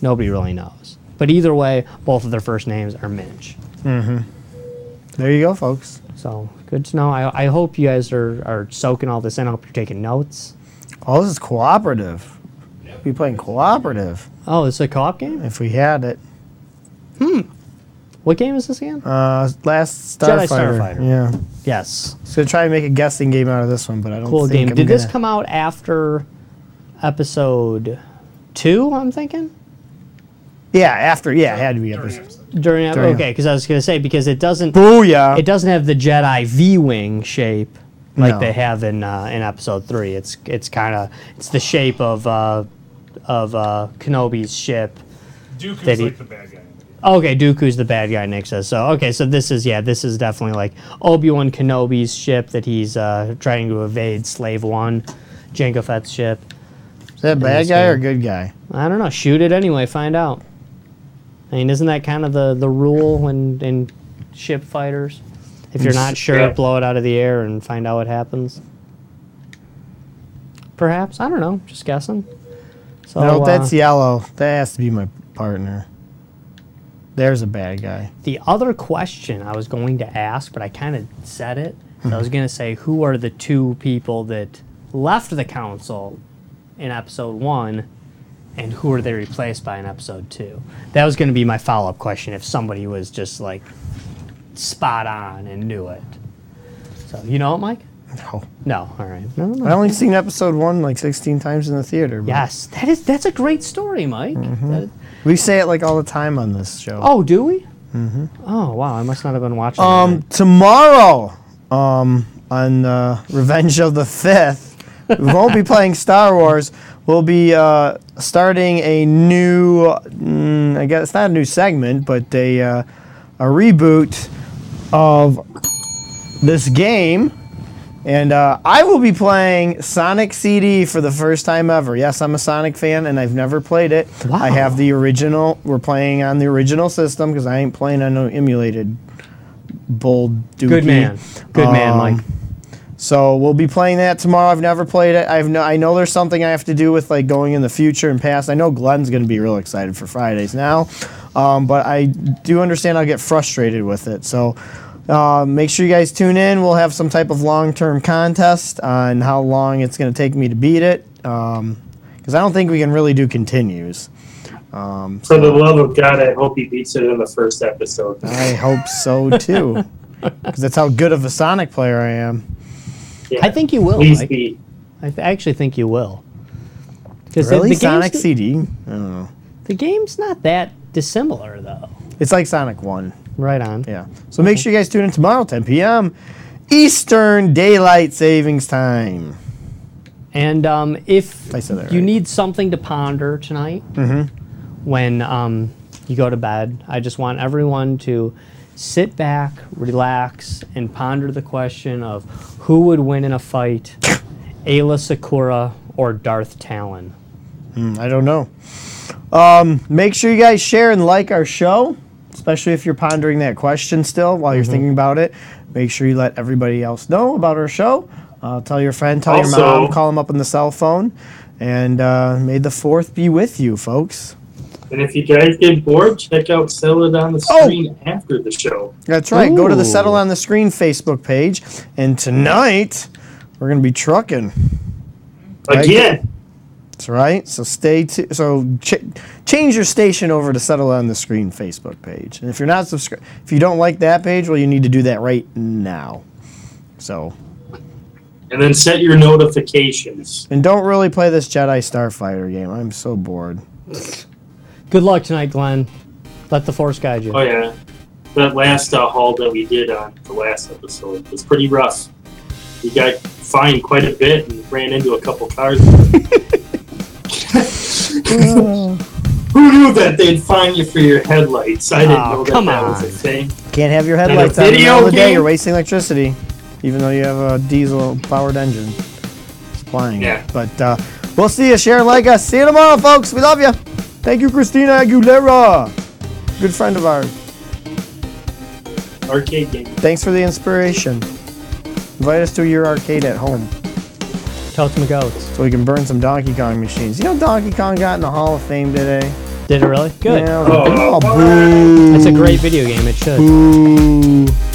Speaker 10: Nobody really knows. But either way, both of their first names are Minch.
Speaker 3: There you go, folks.
Speaker 10: So good to know. I, I hope you guys are, are soaking all this in. I hope you're taking notes.
Speaker 3: Oh, this is cooperative. We playing cooperative
Speaker 10: Oh, it's a co-op game.
Speaker 3: if we had it.
Speaker 10: What game is this again?
Speaker 3: Uh, last
Speaker 10: Jedi
Speaker 3: Starfighter.
Speaker 10: Starfighter.
Speaker 3: Yeah.
Speaker 10: yes,
Speaker 3: So try and make a guessing game out of this one, but I don't
Speaker 10: cool
Speaker 3: think
Speaker 10: game.
Speaker 3: I'm
Speaker 10: Did this
Speaker 3: gonna-
Speaker 10: come out after episode two? I'm thinking
Speaker 3: Yeah, after yeah, it had to be episode.
Speaker 10: during.
Speaker 3: During-
Speaker 10: okay, because I was gonna say because it doesn't
Speaker 3: Booyah.
Speaker 10: it doesn't have the Jedi V wing shape like
Speaker 3: No.
Speaker 10: they have in uh, in episode three. It's it's kind of it's the shape of uh, of uh, Kenobi's ship.
Speaker 11: Dooku's
Speaker 10: Did he-
Speaker 11: like the bad guy. in the game.
Speaker 10: Okay, Dooku's the bad guy, Nick says. So, okay, so this is, yeah, this is definitely like Obi Wan Kenobi's ship that he's uh, trying to evade Slave One, Jango Fett's ship.
Speaker 3: Is that a bad
Speaker 10: this
Speaker 3: guy or
Speaker 10: game.
Speaker 3: good guy?
Speaker 10: I don't know. Shoot it anyway. Find out. I mean, isn't that kind of the, the rule in, in ship fighters? If you're not sure,
Speaker 4: Yeah.
Speaker 10: blow it out of the air and find out what happens. Perhaps. I don't know. Just guessing. So,
Speaker 3: no,
Speaker 10: uh,
Speaker 3: that's yellow. That has to be my partner. There's a bad guy.
Speaker 10: the other question I was going to ask, but I kind of said it. I
Speaker 3: Mm-hmm.
Speaker 10: was going to say, who are the two people that left the council in episode one, and who are they replaced by in episode two? That was going to be my follow up question if somebody was just like spot on and knew it. So, you know it, Mike?
Speaker 3: No.
Speaker 10: No. All right. No, no.
Speaker 3: I only seen episode one like 16 times in the theater. but
Speaker 10: Yes, that is that's a great story, Mike.
Speaker 3: Mm-hmm.
Speaker 10: That is-
Speaker 3: We say it like all the time on this show.
Speaker 10: oh, do we? Mm-hmm. Oh, wow. I must not have been watching. that
Speaker 3: Um,
Speaker 10: night.
Speaker 3: tomorrow, um, on uh, Revenge of the Fifth, we won't be playing Star Wars. We'll be uh, starting a new, mm, I guess it's not a new segment, but a uh, a reboot of this game. And uh, I will be playing Sonic CD for the first time ever. Yes, I'm a Sonic fan, and I've never played it. I have the original. We're playing on the original system because I ain't playing on no emulated bold dookie.
Speaker 10: Good man. Good man,
Speaker 3: Um,
Speaker 10: Mike.
Speaker 3: So we'll be playing that tomorrow. I've never played it. I've no, I know there's something I have to do with like going in the future and past. I know Glenn's gonna be real excited for Fridays now, um, but I do understand I'll get frustrated with it. So uh, make sure you guys tune in. We'll have some type of long-term contest on how long it's gonna take me to beat it, because I don't think we can really do continues. Um,
Speaker 4: For the love of God, I hope he beats it in the first episode.
Speaker 3: I hope so too, because that's how good of a Sonic player I am.
Speaker 4: Yeah,
Speaker 10: I think you will,
Speaker 4: Please
Speaker 10: Mike.
Speaker 4: be.
Speaker 10: I th- actually think you will. Because
Speaker 3: Really,
Speaker 10: the,
Speaker 3: Sonic
Speaker 10: game's,
Speaker 3: CD? I don't know.
Speaker 10: the game's not that dissimilar, though.
Speaker 3: It's like Sonic One.
Speaker 10: Right on.
Speaker 3: Yeah. So make sure you guys tune in tomorrow, 10 p.m. Eastern Daylight Savings Time.
Speaker 10: And um, if
Speaker 3: I said that
Speaker 10: you
Speaker 3: right. Mm-hmm.
Speaker 10: need something to ponder tonight when um, you go to bed, I just want everyone to sit back, relax, and ponder the question of who would win in a fight, Ayla Sakura or Darth Talon.
Speaker 3: Mm, I don't know. Um, make sure you guys share and like our show, especially if you're pondering that question still while you're thinking about it. Make sure you let everybody else know about our show. Uh, tell your friend, tell your
Speaker 4: Also-
Speaker 3: mom, call them up on the cell phone. And uh, may the fourth be with you, folks.
Speaker 4: And if you guys get bored, check out Sell It on the
Speaker 3: Oh.
Speaker 4: Screen after the show.
Speaker 3: That's right. Go to the
Speaker 10: Ooh.
Speaker 3: Settle on the Screen Facebook page. And tonight, we're going to be trucking. Like-
Speaker 4: Again,
Speaker 3: That's right. So stay t- so ch- change your station over to Settle on the Screen Facebook page. And if you're not subscribed, if you don't like that page, well, you need to do that right now. So
Speaker 4: and then set your notifications.
Speaker 3: and don't really play this Jedi Starfighter game. I'm so bored.
Speaker 10: Good luck tonight, Glenn. Let the Force guide you.
Speaker 4: Oh yeah, that last uh, haul that we did on the last episode was pretty rough. We got fined quite a bit and ran into a couple cars. Who knew that they'd fine you for your headlights? I didn't
Speaker 10: Oh,
Speaker 4: know that,
Speaker 10: come
Speaker 4: that was a
Speaker 10: on.
Speaker 4: thing.
Speaker 3: Can't have your
Speaker 4: a
Speaker 3: headlights on in the
Speaker 4: video
Speaker 3: middle of the day.
Speaker 4: game?
Speaker 3: You're wasting electricity, even though you have a diesel-powered engine supplying
Speaker 4: Yeah.
Speaker 3: it. But uh, we'll see you. Share and like us. See you tomorrow, folks. We love you. Thank you, Christina Aguilera, good friend of ours.
Speaker 4: Arcade game.
Speaker 3: Thanks for the inspiration. Invite us to your arcade at home.
Speaker 10: Totes and goats.
Speaker 3: So we can burn some Donkey Kong machines. You know Donkey Kong got in the Hall of Fame today?
Speaker 10: Did it really? Good.
Speaker 3: Yeah, oh,
Speaker 4: Oh.
Speaker 3: boo.
Speaker 10: It's a great video game. It should.
Speaker 3: Boo.